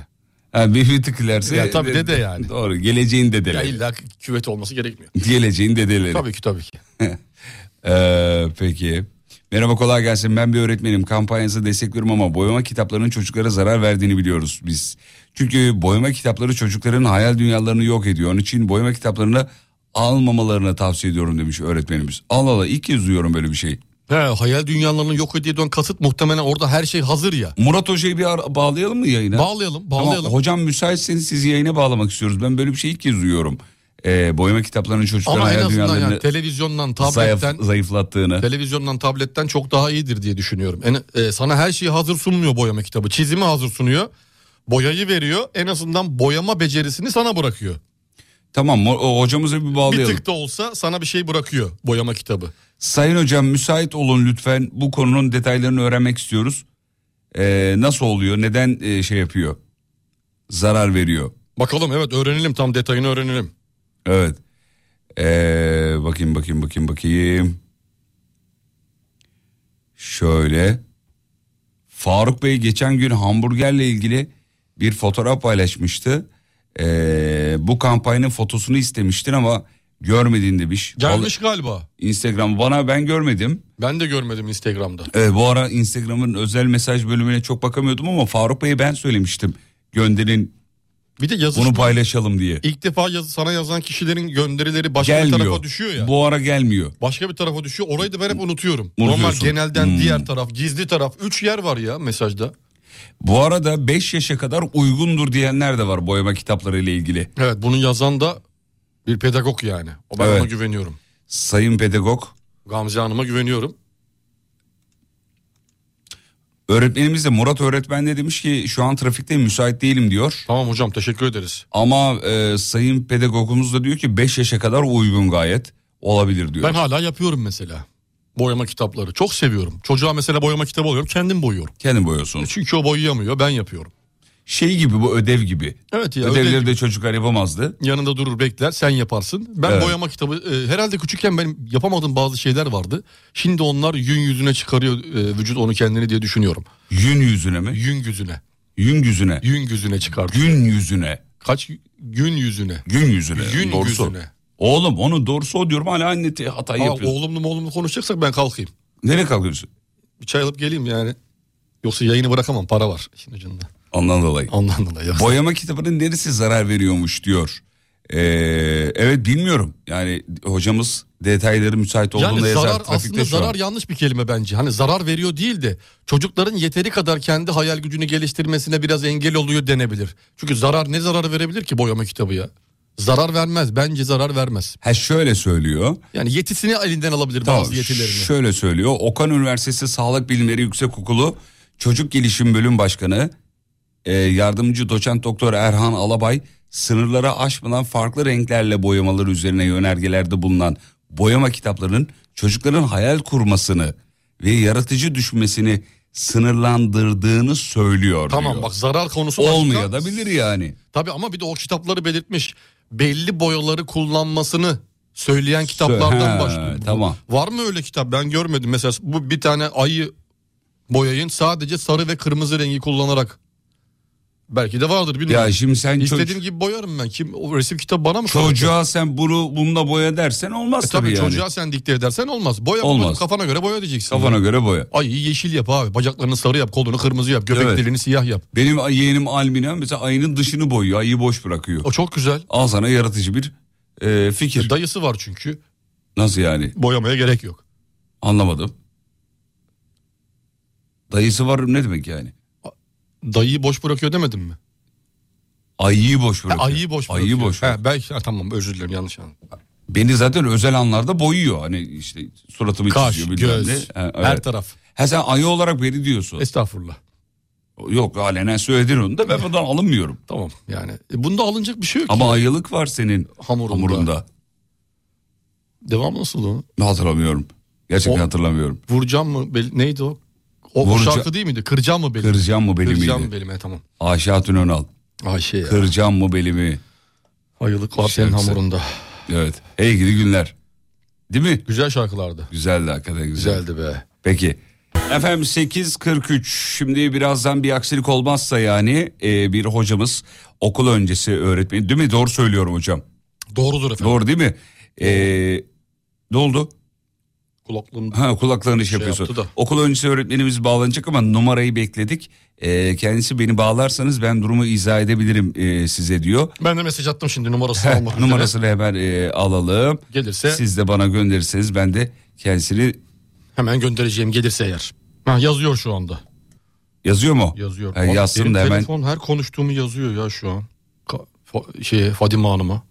Speaker 1: Ha, bir bir tık ilerse.
Speaker 2: Ya tabii dede yani.
Speaker 1: Doğru geleceğin
Speaker 2: Ya
Speaker 1: dedeleri.
Speaker 2: illa kü- küvet olması gerekmiyor.
Speaker 1: geleceğin dedeleri.
Speaker 2: Tabii ki tabii ki.
Speaker 1: Ee, peki. Merhaba kolay gelsin ben bir öğretmenim kampanyası destekliyorum ama boyama kitaplarının çocuklara zarar verdiğini biliyoruz biz. Çünkü boyama kitapları çocukların hayal dünyalarını yok ediyor. Onun için boyama kitaplarını almamalarını tavsiye ediyorum demiş öğretmenimiz. Allah Allah ilk kez duyuyorum böyle bir şey.
Speaker 2: He, hayal dünyalarının yok edildiği kasıt muhtemelen orada her şey hazır ya.
Speaker 1: Murat Hoca'yı bir ara- bağlayalım mı yayına?
Speaker 2: Bağlayalım bağlayalım.
Speaker 1: Tamam, hocam müsaitseniz sizi yayına bağlamak istiyoruz. Ben böyle bir şey ilk kez duyuyorum. Ee, boyama kitaplarının çocukların
Speaker 2: Ama en
Speaker 1: hayal
Speaker 2: azından
Speaker 1: dünyalarını
Speaker 2: yani televizyondan
Speaker 1: zayıf-
Speaker 2: tabletten
Speaker 1: zayıflattığını.
Speaker 2: televizyondan tabletten çok daha iyidir diye düşünüyorum. En, e, sana her şeyi hazır sunmuyor boyama kitabı. Çizimi hazır sunuyor. Boyayı veriyor. En azından boyama becerisini sana bırakıyor.
Speaker 1: Tamam o- o hocamıza bir bağlayalım.
Speaker 2: Bir tık da olsa sana bir şey bırakıyor boyama kitabı.
Speaker 1: Sayın hocam müsait olun lütfen bu konunun detaylarını öğrenmek istiyoruz. Ee, nasıl oluyor neden e, şey yapıyor zarar veriyor.
Speaker 2: Bakalım evet öğrenelim tam detayını öğrenelim.
Speaker 1: Evet Ee, bakayım bakayım bakayım bakayım. Şöyle Faruk Bey geçen gün hamburgerle ilgili bir fotoğraf paylaşmıştı. Ee, bu kampanyanın fotosunu istemiştin ama görmedin demiş.
Speaker 2: Gelmiş galiba.
Speaker 1: şey. Vallahi Instagram bana ben görmedim.
Speaker 2: Ben de görmedim Instagram'da.
Speaker 1: Ee, bu ara Instagram'ın özel mesaj bölümüne çok bakamıyordum ama Faruk Bey'e ben söylemiştim. Gönderin
Speaker 2: Bir de yazı
Speaker 1: bunu paylaşalım diye.
Speaker 2: ilk defa yazı, sana yazan kişilerin gönderileri başka
Speaker 1: gelmiyor.
Speaker 2: bir tarafa düşüyor ya.
Speaker 1: Bu ara gelmiyor.
Speaker 2: Başka bir tarafa düşüyor. Orayı da ben hep unutuyorum.
Speaker 1: Unutuyorsun.
Speaker 2: Normal genelden
Speaker 1: Hmm.
Speaker 2: diğer taraf, gizli taraf. Üç yer var ya mesajda.
Speaker 1: Bu arada 5 yaşa kadar uygundur diyenler de var boyama kitapları ile ilgili.
Speaker 2: Evet bunu yazan da bir pedagog yani. O ben
Speaker 1: Evet.
Speaker 2: ona güveniyorum.
Speaker 1: Sayın pedagog
Speaker 2: Gamze Hanım'a güveniyorum.
Speaker 1: Öğretmenimiz de Murat öğretmen de demiş ki şu an trafikte müsait değilim diyor.
Speaker 2: Tamam hocam teşekkür ederiz.
Speaker 1: Ama e, sayın pedagogumuz da diyor ki 5 yaşa kadar uygun gayet olabilir diyor.
Speaker 2: Ben hala yapıyorum mesela. Boyama kitapları. Çok seviyorum. Çocuğa mesela boyama kitabı alıyorum. Kendim boyuyorum.
Speaker 1: Kendin boyuyorsunuz.
Speaker 2: Çünkü o boyayamıyor. Ben yapıyorum.
Speaker 1: Şey gibi bu ödev gibi.
Speaker 2: Evet ya.
Speaker 1: Ödevleri
Speaker 2: ödev-
Speaker 1: de çocuklar yapamazdı.
Speaker 2: Yanında durur bekler. Sen yaparsın. Ben
Speaker 1: Evet.
Speaker 2: boyama kitabı e, herhalde küçükken benim yapamadığım bazı şeyler vardı. Şimdi onlar yün yüzüne çıkarıyor e, vücut onu kendini diye düşünüyorum.
Speaker 1: Yün yüzüne mi?
Speaker 2: Yün yüzüne.
Speaker 1: Yün yüzüne.
Speaker 2: Yün yüzüne çıkardı.
Speaker 1: Gün yüzüne.
Speaker 2: Kaç gün yüzüne.
Speaker 1: Gün yüzüne.
Speaker 2: Yün
Speaker 1: doğrusu.
Speaker 2: yüzüne.
Speaker 1: Oğlum onun doğrusu o diyorum hala anne te- hata
Speaker 2: Aa,
Speaker 1: yapıyor.
Speaker 2: oğlumlu moğlumlu konuşacaksak ben kalkayım.
Speaker 1: Nereye kalkıyorsun?
Speaker 2: Bir çay alıp geleyim yani. Yoksa yayını bırakamam para var işin ucunda.
Speaker 1: Ondan dolayı.
Speaker 2: Ondan dolayı. yoksa-
Speaker 1: Boyama kitabının neresi zarar veriyormuş diyor. Ee, evet bilmiyorum. Yani hocamız detayları müsait olduğunda
Speaker 2: Yani
Speaker 1: yazar.
Speaker 2: zarar
Speaker 1: Trafikte
Speaker 2: aslında
Speaker 1: şu an.
Speaker 2: zarar yanlış bir kelime bence. Hani zarar veriyor değil de çocukların yeteri kadar kendi hayal gücünü geliştirmesine biraz engel oluyor denebilir. Çünkü zarar ne zarar verebilir ki boyama kitabı ya? Zarar vermez bence zarar vermez.
Speaker 1: Ha şöyle söylüyor.
Speaker 2: Yani yetisini elinden alabilir
Speaker 1: Tamam,
Speaker 2: bazı yetilerini.
Speaker 1: şöyle söylüyor. Okan Üniversitesi Sağlık Bilimleri Yüksekokulu Çocuk Gelişim Bölüm Başkanı e, yardımcı doçent doktor Erhan Alabay sınırlara aşmadan farklı renklerle boyamaları üzerine yönergelerde bulunan boyama kitaplarının çocukların hayal kurmasını ve yaratıcı düşünmesini sınırlandırdığını söylüyor.
Speaker 2: Tamam
Speaker 1: diyor.
Speaker 2: bak zarar konusu başka.
Speaker 1: olmaya da bilir yani.
Speaker 2: Tabii ama bir de o kitapları belirtmiş. Belli boyaları kullanmasını söyleyen
Speaker 1: He,
Speaker 2: kitaplardan başlıyor. Bu-
Speaker 1: tamam.
Speaker 2: Var mı öyle kitap? Ben görmedim. Mesela bu bir tane ayı boyayın sadece sarı ve kırmızı rengi kullanarak. Belki de vardır bilmiyorum.
Speaker 1: Ya şimdi sen ço-
Speaker 2: İstediğim gibi boyarım ben. Kim o resim kitabı bana mı soracak?
Speaker 1: çocuğa sen bunu bununla boya dersen olmaz
Speaker 2: E
Speaker 1: tabii,
Speaker 2: tabii
Speaker 1: yani.
Speaker 2: çocuğa sen dikte edersen olmaz. Boya
Speaker 1: Olmaz.
Speaker 2: olmaz. kafana göre boya diyeceksin.
Speaker 1: Kafana göre boya.
Speaker 2: Ayıyı yeşil yap abi. Bacaklarını sarı yap, kolunu kırmızı yap, göbek
Speaker 1: Evet.
Speaker 2: deliğini siyah yap.
Speaker 1: Benim yeğenim Almina mesela ayının dışını boyuyor. Ayıyı boş bırakıyor.
Speaker 2: O çok güzel.
Speaker 1: Al sana yaratıcı bir e, fikir.
Speaker 2: Dayısı var çünkü.
Speaker 1: Nasıl yani?
Speaker 2: Boyamaya gerek yok.
Speaker 1: Anlamadım. Dayısı var ne demek yani?
Speaker 2: Dayıyı boş bırakıyor demedim mi?
Speaker 1: Ayıyı boş
Speaker 2: Ha,
Speaker 1: bırakıyor.
Speaker 2: ayıyı boş bırakıyor.
Speaker 1: Ayıyı boş bırakıyor.
Speaker 2: He, belki ha, tamam özür dilerim yanlış anladım.
Speaker 1: Beni zaten özel anlarda boyuyor. Hani işte suratımı
Speaker 2: Kaş,
Speaker 1: çiziyor bilmem
Speaker 2: göz,
Speaker 1: ne. Ha, evet.
Speaker 2: her taraf.
Speaker 1: Ha, sen ayı olarak beni diyorsun.
Speaker 2: Estağfurullah.
Speaker 1: Yok alenen söyledin onu da ben buradan alınmıyorum.
Speaker 2: Tamam yani. E, bunda alınacak bir şey yok.
Speaker 1: Ama ayılık var senin
Speaker 2: Hamurunda.
Speaker 1: hamurunda.
Speaker 2: Devam nasıl o?
Speaker 1: Hatırlamıyorum. Gerçekten
Speaker 2: O-
Speaker 1: hatırlamıyorum.
Speaker 2: Vuracağım mı? Bel- neydi o? O
Speaker 1: Vurca-
Speaker 2: şarkı değil miydi? Kıracağım mı belimi?
Speaker 1: Kıracağım mı belimiydi?
Speaker 2: Kıracağım belime tamam.
Speaker 1: Ayşatun Önal.
Speaker 2: Ayşe ya.
Speaker 1: Kıracağım mı belimi?
Speaker 2: Ayılık var senin
Speaker 1: Şarkısı.
Speaker 2: hamurunda.
Speaker 1: Evet. Hey gidi günler. Değil mi?
Speaker 2: Güzel şarkılardı.
Speaker 1: Güzeldi hakikaten güzel.
Speaker 2: Güzeldi be.
Speaker 1: Peki. Efendim 8.43 şimdi birazdan bir aksilik olmazsa yani e, bir hocamız okul öncesi öğretmeni değil mi? Doğru söylüyorum hocam.
Speaker 2: Doğrudur efendim.
Speaker 1: Doğru değil mi? E, ne oldu?
Speaker 2: Kulaklığım
Speaker 1: Ha kulaklarını şey
Speaker 2: Şey
Speaker 1: yapıyorsun.
Speaker 2: yaptı da.
Speaker 1: Okul öncesi öğretmenimiz bağlanacak ama numarayı bekledik. E, kendisi beni bağlarsanız ben durumu izah edebilirim e, size diyor.
Speaker 2: Ben de mesaj attım şimdi numarasını almak üzere.
Speaker 1: Numarasını hemen e, alalım.
Speaker 2: Gelirse-
Speaker 1: Siz de bana gönderirseniz ben de kendisini
Speaker 2: Hemen göndereceğim gelirse eğer. Ha, yazıyor şu anda.
Speaker 1: Yazıyor mu?
Speaker 2: Yazıyor.
Speaker 1: Ha, E, yazsın
Speaker 2: Benim
Speaker 1: da hemen.
Speaker 2: Telefon her konuştuğumu yazıyor ya şu an. Ka- Fa- şeye, Fadime Hanım'a.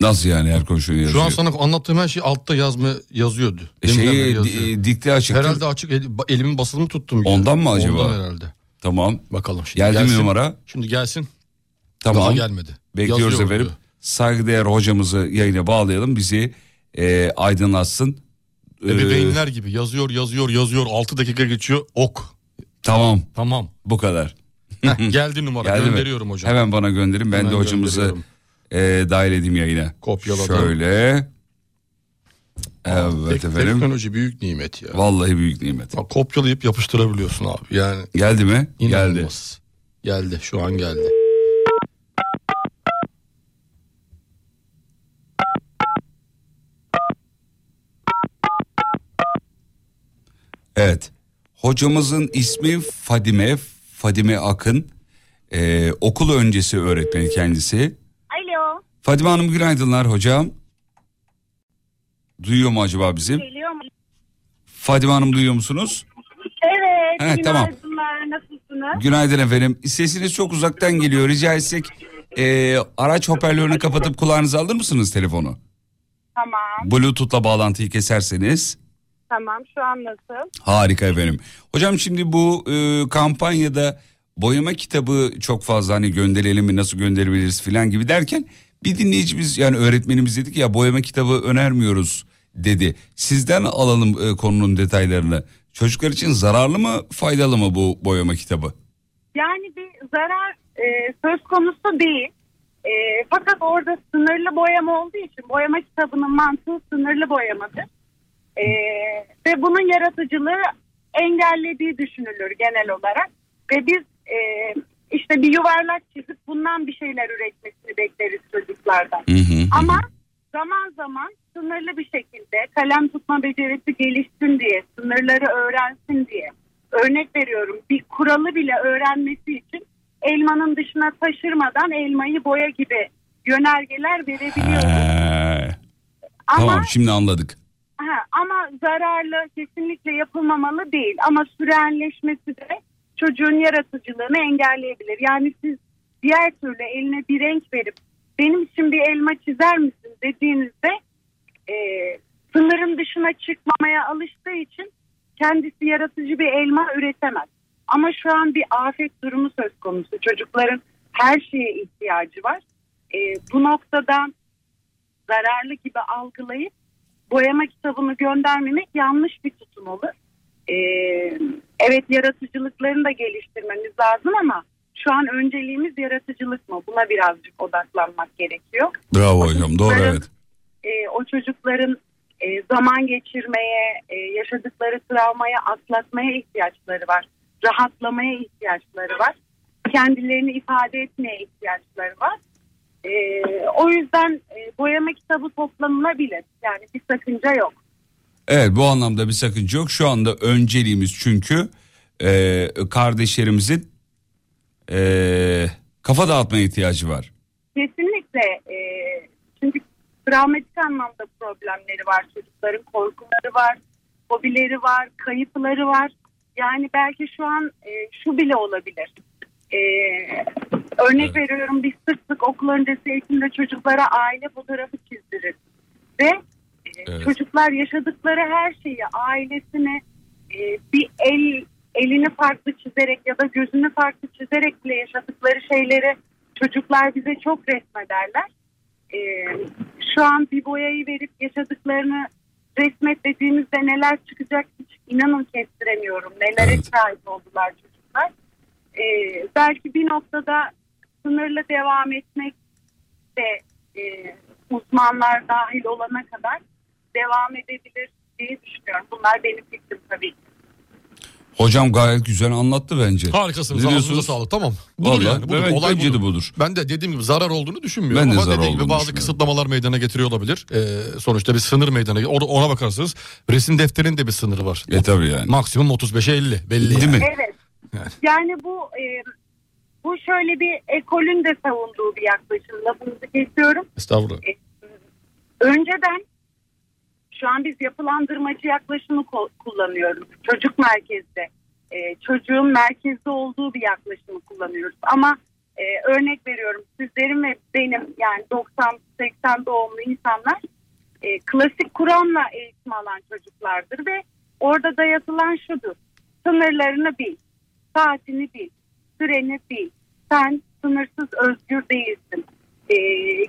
Speaker 1: Nasıl yani her konuşuyor yazıyor?
Speaker 2: Şu an sana anlattığım her şey altta yazma yazıyordu.
Speaker 1: E,
Speaker 2: Demirden
Speaker 1: Şeyi
Speaker 2: beri yazıyor.
Speaker 1: di- dikte açık.
Speaker 2: herhalde açık el- ba- elimin basılı mı tuttum?
Speaker 1: Ondan mı acaba?
Speaker 2: Ondan herhalde.
Speaker 1: Tamam.
Speaker 2: Bakalım şimdi.
Speaker 1: Geldi mi
Speaker 2: gelsin.
Speaker 1: numara?
Speaker 2: Şimdi gelsin.
Speaker 1: Tamam.
Speaker 2: Daha gelmedi.
Speaker 1: Bekliyoruz
Speaker 2: Yazıyor
Speaker 1: efendim.
Speaker 2: diyor.
Speaker 1: Saygıdeğer hocamızı yayına bağlayalım. Bizi e, aydınlatsın. E,
Speaker 2: Ebeveynler gibi yazıyor yazıyor yazıyor 6 dakika geçiyor ok.
Speaker 1: tamam
Speaker 2: Tamam.
Speaker 1: bu kadar.
Speaker 2: Heh, geldi numara
Speaker 1: Geldi mi?
Speaker 2: gönderiyorum hocam.
Speaker 1: Hemen bana gönderin. Ben
Speaker 2: Hemen
Speaker 1: de hocamızı
Speaker 2: gönderiyorum.
Speaker 1: e, dahil edeyim yayına.
Speaker 2: Kopyaladım.
Speaker 1: Şöyle. Evet
Speaker 2: Tek-
Speaker 1: efendim.
Speaker 2: Teknoloji büyük nimet ya.
Speaker 1: Vallahi büyük nimet.
Speaker 2: Bak, kopyalayıp yapıştırabiliyorsun abi. Yani
Speaker 1: Geldi mi? Geldi.
Speaker 2: inanılmaz. Geldi. Geldi şu an geldi.
Speaker 1: Evet. Hocamızın ismi Fadime, Fadime Akın. Ee, okul öncesi öğretmeni kendisi.
Speaker 5: Alo,
Speaker 1: Fadime Hanım günaydınlar hocam. Duyuyor mu acaba bizi?
Speaker 5: geliyor mu?
Speaker 1: Fadime Hanım duyuyor musunuz?
Speaker 5: Evet,
Speaker 1: Evet, tamam.
Speaker 5: günaydınlar, nasılsınız?
Speaker 1: Günaydın efendim. Sesiniz çok uzaktan geliyor. Rica etsek ee, araç hoparlörünü kapatıp kulağınıza alır mısınız telefonu?
Speaker 5: Tamam,
Speaker 1: Bluetooth'la bağlantıyı keserseniz.
Speaker 5: tamam. Şu an nasıl?
Speaker 1: Harika efendim. Hocam şimdi bu e, kampanyada boyama kitabı çok fazla hani gönderelim mi nasıl gönderebiliriz filan gibi derken bir dinleyicimiz yani öğretmenimiz dedi ki ya boyama kitabı önermiyoruz dedi. Sizden alalım e, konunun detaylarını. Çocuklar için zararlı mı faydalı mı bu boyama kitabı?
Speaker 5: Yani bir zarar e, söz konusu değil. E, fakat orada sınırlı boyama olduğu için boyama kitabının mantığı sınırlı boyamadır. E, ve bunun yaratıcılığı engellediği düşünülür genel olarak. Ve biz e, işte bir yuvarlak çizip bundan bir şeyler üretmesini bekleriz çocuklardan. Ama zaman zaman sınırlı bir şekilde kalem tutma becerisi gelişsin diye, sınırları öğrensin diye. Örnek veriyorum bir kuralı bile öğrenmesi için elmanın dışına taşırmadan elmayı boya gibi yönergeler verebiliyoruz.
Speaker 1: Ee,
Speaker 5: Ama
Speaker 1: Tamam şimdi anladık.
Speaker 5: Ha, ama zararlı kesinlikle yapılmamalı değil. Ama sürenleşmesi de çocuğun yaratıcılığını engelleyebilir. Yani siz diğer türlü eline bir renk verip benim için bir elma çizer misin dediğinizde e, sınırın dışına çıkmamaya alıştığı için kendisi yaratıcı bir elma üretemez. Ama şu an bir afet durumu söz konusu. Çocukların her şeye ihtiyacı var. E, bu noktada zararlı gibi algılayıp boyama kitabını göndermemek yanlış bir tutum olur. Ee, evet yaratıcılıklarını da geliştirmemiz lazım ama şu an önceliğimiz yaratıcılık mı? Buna birazcık odaklanmak gerekiyor.
Speaker 1: Bravo hocam doğru evet.
Speaker 5: Ee, o çocukların e, zaman geçirmeye, e, yaşadıkları travmaya atlatmaya ihtiyaçları var. Rahatlamaya ihtiyaçları var. Kendilerini ifade etmeye ihtiyaçları var. Ee, o yüzden e, boyama kitabı toplanılabilir. Yani bir sakınca yok.
Speaker 1: Evet bu anlamda bir sakınca yok. Şu anda önceliğimiz çünkü e, kardeşlerimizin e, kafa dağıtmaya ihtiyacı var.
Speaker 5: Kesinlikle. E, çünkü travmatik anlamda problemleri var. Çocukların korkuları var, hobileri var, kayıpları var. Yani belki şu an e, şu bile olabilir. E, örnek veriyorum biz sık sık okul öncesi eğitimde çocuklara aile fotoğrafı çizdiririz. Ve e,
Speaker 1: Evet.
Speaker 5: çocuklar yaşadıkları her şeyi ailesine e, bir el elini farklı çizerek ya da gözünü farklı çizerek bile yaşadıkları şeyleri çocuklar bize çok resmederler. E, şu an bir boyayı verip yaşadıklarını resmet dediğimizde neler çıkacak hiç inanın kestiremiyorum. Nelere
Speaker 1: Evet.
Speaker 5: şahit oldular çocuklar. E, belki bir noktada sınırlı devam etmek de e, uzmanlar dahil olana kadar devam edebilir diye düşünüyorum. Bunlar benim fikrim tabii ki.
Speaker 1: Hocam gayet güzel anlattı bence.
Speaker 2: Harikasınız.
Speaker 1: Ne
Speaker 2: Ağzınıza
Speaker 1: diyorsunuz?
Speaker 2: sağlık. Tamam.
Speaker 1: Vallahi,
Speaker 2: budur.
Speaker 1: evet,
Speaker 2: Olay
Speaker 1: bence
Speaker 2: budur.
Speaker 1: de budur.
Speaker 2: Ben de dediğim gibi zarar olduğunu düşünmüyorum.
Speaker 1: Ben de
Speaker 2: Ama
Speaker 1: zarar
Speaker 2: dediğim gibi
Speaker 1: olduğunu
Speaker 2: bazı
Speaker 1: düşünüyorum.
Speaker 2: kısıtlamalar meydana getiriyor olabilir. Ee, sonuçta bir sınır meydana or- ona bakarsınız. Resim defterinin de bir sınırı var.
Speaker 1: E tabii yani.
Speaker 2: Maksimum 35'e 50 belli.
Speaker 1: Değil
Speaker 2: yani.
Speaker 1: mi?
Speaker 5: Evet. Yani bu e, bu şöyle bir ekolün de savunduğu bir yaklaşım. Lafınızı kesiyorum.
Speaker 2: Estağfurullah.
Speaker 5: E, önceden şu an biz yapılandırmacı yaklaşımı ko- kullanıyoruz. Çocuk merkezde. E, çocuğun merkezde olduğu bir yaklaşımı kullanıyoruz. Ama e, örnek veriyorum sizlerin ve benim yani 90-80 doğumlu insanlar e, klasik Kur'an'la eğitim alan çocuklardır ve orada dayatılan şudur. Sınırlarını bil, saatini bil, süreni bil, sen sınırsız özgür değilsin e,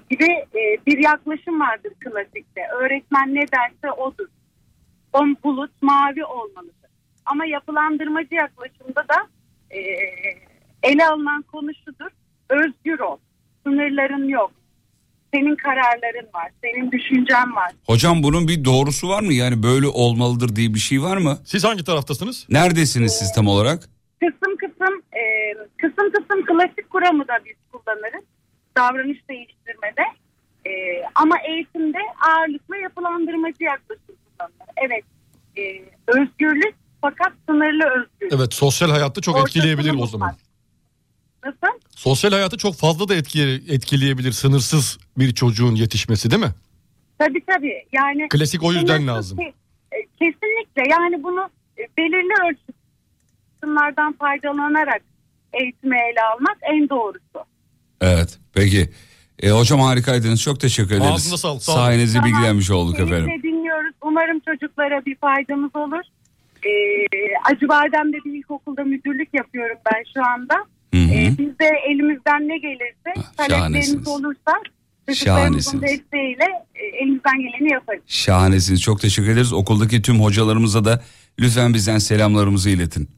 Speaker 5: gibi e, bir yaklaşım vardır klasikte. Öğretmen ne derse odur. On bulut mavi olmalıdır. Ama yapılandırmacı yaklaşımda da e, ele alınan konu şudur. Özgür ol, sınırların yok, senin kararların var, senin düşüncen var.
Speaker 1: Hocam bunun bir doğrusu var mı? Yani böyle olmalıdır diye bir şey var mı?
Speaker 2: Siz hangi taraftasınız?
Speaker 1: Neredesiniz siz tam olarak?
Speaker 5: Kısım kısım e, kısım kısım klasik kuramı da biz kullanırız. Davranış değiştirmede. E, ama eğitimde ağırlıklı yapılandırmacı yaklaşım kullanılır. Evet. e, özgürlük fakat sınırlı özgürlük.
Speaker 2: Evet sosyal hayatta çok
Speaker 5: Ortasını
Speaker 2: etkileyebilir o
Speaker 5: bulmak.
Speaker 2: zaman.
Speaker 5: Nasıl?
Speaker 2: Sosyal hayatı çok fazla da etki- etkileyebilir sınırsız bir çocuğun yetişmesi değil mi?
Speaker 5: Tabii tabii. Yani
Speaker 2: Klasik o yüzden
Speaker 5: Sınırsız
Speaker 2: lazım.
Speaker 5: ki- e, Kesinlikle yani bunu e, belirli ölçülerden faydalanarak eğitime ele almak en doğrusu.
Speaker 1: Evet peki. E, hocam harikaydınız çok teşekkür ederiz.
Speaker 2: Ağzınıza sağlık, sağ olun.
Speaker 1: Sayenizde bilgilenmiş olduk
Speaker 5: Keyifle
Speaker 1: efendim.
Speaker 5: dinliyoruz. Umarım çocuklara bir faydamız olur. Ee, Acıbadem'de bir ilkokulda müdürlük yapıyorum ben şu anda.
Speaker 1: Hı hı.
Speaker 5: Ee, biz de elimizden ne gelirse,
Speaker 1: Ah, şahanesiniz.
Speaker 5: taleplerimiz olursa çocuklarımızın
Speaker 1: Şahanesiniz.
Speaker 5: desteğiyle e, elimizden geleni yaparız.
Speaker 1: Şahanesiniz çok teşekkür ederiz. Okuldaki tüm hocalarımıza da lütfen bizden selamlarımızı iletin.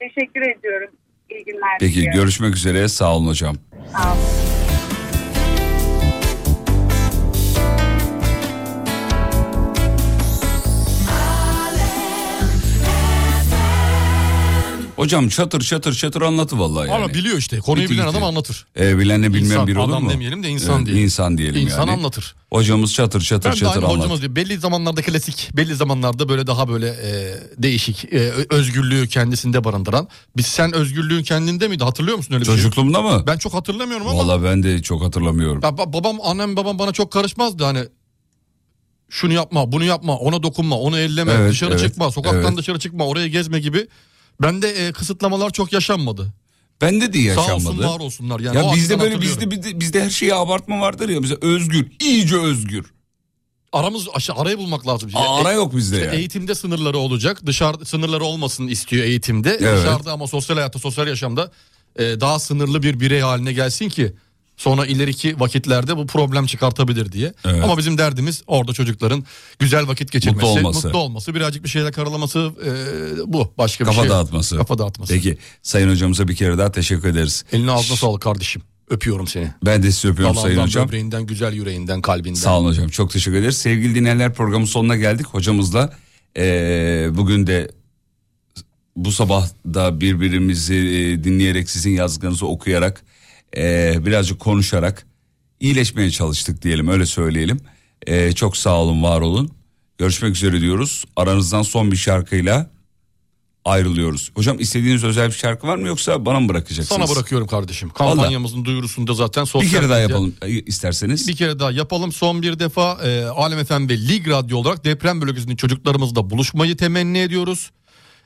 Speaker 5: Teşekkür ediyorum. İyi günler
Speaker 1: Peki
Speaker 5: diliyorum.
Speaker 1: görüşmek üzere sağ olun hocam.
Speaker 5: Sağ olun.
Speaker 1: Hocam çatır çatır çatır anlatı vallahi yani.
Speaker 2: Ama biliyor işte konuyu
Speaker 1: Bitti
Speaker 2: bilen
Speaker 1: gitti.
Speaker 2: adam anlatır.
Speaker 1: E, bilenle bilmeyen
Speaker 2: İnsan,
Speaker 1: biri olur mu?
Speaker 2: adam demeyelim de insan
Speaker 1: Evet,
Speaker 2: diyelim.
Speaker 1: İnsan diyelim
Speaker 2: İnsan
Speaker 1: yani.
Speaker 2: anlatır.
Speaker 1: Hocamız çatır çatır
Speaker 2: Ben de
Speaker 1: çatır
Speaker 2: aynı
Speaker 1: anlatır.
Speaker 2: hocamız diyor. Belli zamanlarda klasik, belli zamanlarda böyle daha böyle e, değişik, e, ö- özgürlüğü kendisinde barındıran. Biz sen özgürlüğün kendinde miydi? Hatırlıyor musun öyle bir şey?
Speaker 1: Çocukluğumda mı?
Speaker 2: Ben çok hatırlamıyorum ama
Speaker 1: Valla ben de çok hatırlamıyorum.
Speaker 2: Ya ba- babam annem babam bana çok karışmazdı hani şunu yapma bunu yapma ona dokunma onu elleme
Speaker 1: Evet,
Speaker 2: dışarı
Speaker 1: evet,
Speaker 2: çıkma sokaktan
Speaker 1: evet.
Speaker 2: dışarı çıkma oraya gezme gibi. Bende e, kısıtlamalar çok yaşanmadı.
Speaker 1: Bende de yaşanmadı.
Speaker 2: Sağ olsun var olsunlar yani.
Speaker 1: Ya
Speaker 2: o
Speaker 1: bizde
Speaker 2: açıdan
Speaker 1: böyle
Speaker 2: hatırlıyorum.
Speaker 1: bizde, bizde bizde her şeye abartma vardır ya bize özgür, iyice özgür.
Speaker 2: aramız aşı, arayı bulmak lazım.
Speaker 1: Aa,
Speaker 2: Yani
Speaker 1: ara yok bizde
Speaker 2: e- işte
Speaker 1: yani.
Speaker 2: Eğitimde sınırları olacak. Dışarı sınırları olmasın istiyor eğitimde.
Speaker 1: Evet.
Speaker 2: Dışarıda ama sosyal hayatta, sosyal yaşamda e, daha sınırlı bir birey haline gelsin ki sonra ileriki vakitlerde bu problem çıkartabilir diye.
Speaker 1: Evet.
Speaker 2: Ama bizim derdimiz orada çocukların güzel vakit geçirmesi,
Speaker 1: Mutlu olması.
Speaker 2: olması, birazcık bir şeyler karalaması e, bu başka bir
Speaker 1: Kafa
Speaker 2: şey.
Speaker 1: dağıtması.
Speaker 2: Kafa dağıtması.
Speaker 1: Peki sayın hocamıza bir kere daha teşekkür ederiz.
Speaker 2: Eline ağzına sağlık kardeşim. Öpüyorum seni.
Speaker 1: Ben de sizi öpüyorum sayın
Speaker 2: Dalandan,
Speaker 1: hocam.
Speaker 2: böbreğinden, güzel yüreğinden, kalbinden.
Speaker 1: Sağ olun hocam çok teşekkür ederiz. Sevgili dinleyenler programın sonuna geldik. Hocamızla eee, bugün de bu sabah da birbirimizi eee, dinleyerek sizin yazdıklarınızı okuyarak eee, birazcık konuşarak iyileşmeye çalıştık diyelim öyle söyleyelim. Eee, çok sağ olun var olun. Görüşmek üzere diyoruz. Aranızdan son bir şarkıyla ayrılıyoruz. Hocam istediğiniz özel bir şarkı var mı yoksa bana mı bırakacaksınız?
Speaker 2: Sana bırakıyorum kardeşim. Kampanyamızın duyurusunda zaten sosyal
Speaker 1: Bir kere daha
Speaker 2: medya-
Speaker 1: yapalım e, isterseniz.
Speaker 2: Bir kere daha yapalım. Son bir defa e, Alem FM ve Lig Radyo olarak deprem bölgesindeki çocuklarımızla buluşmayı temenni ediyoruz.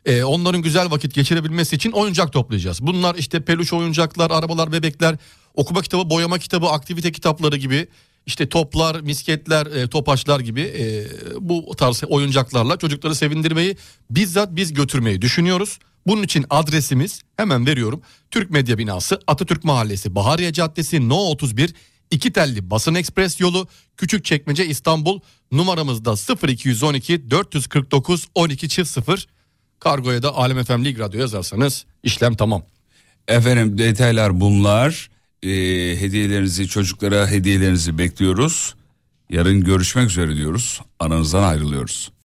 Speaker 2: E, onların güzel vakit geçirebilmesi için oyuncak toplayacağız. Bunlar işte peluş oyuncaklar, arabalar, bebekler, okuma kitabı, boyama kitabı, aktivite kitapları gibi işte toplar, misketler, e, topaçlar gibi e, bu tarz oyuncaklarla çocukları sevindirmeyi bizzat biz götürmeyi düşünüyoruz. Bunun için adresimiz hemen veriyorum. Türk Medya Binası, Atatürk Mahallesi, Bahariye Caddesi, No 31, İki telli basın ekspres yolu Küçükçekmece İstanbul numaramızda 0212 449 12 0 kargoya da Alem FM Lig Radyo yazarsanız işlem tamam.
Speaker 1: Efendim detaylar bunlar. Ee, hediyelerinizi çocuklara hediyelerinizi bekliyoruz. Yarın görüşmek üzere diyoruz. Aranızdan ayrılıyoruz.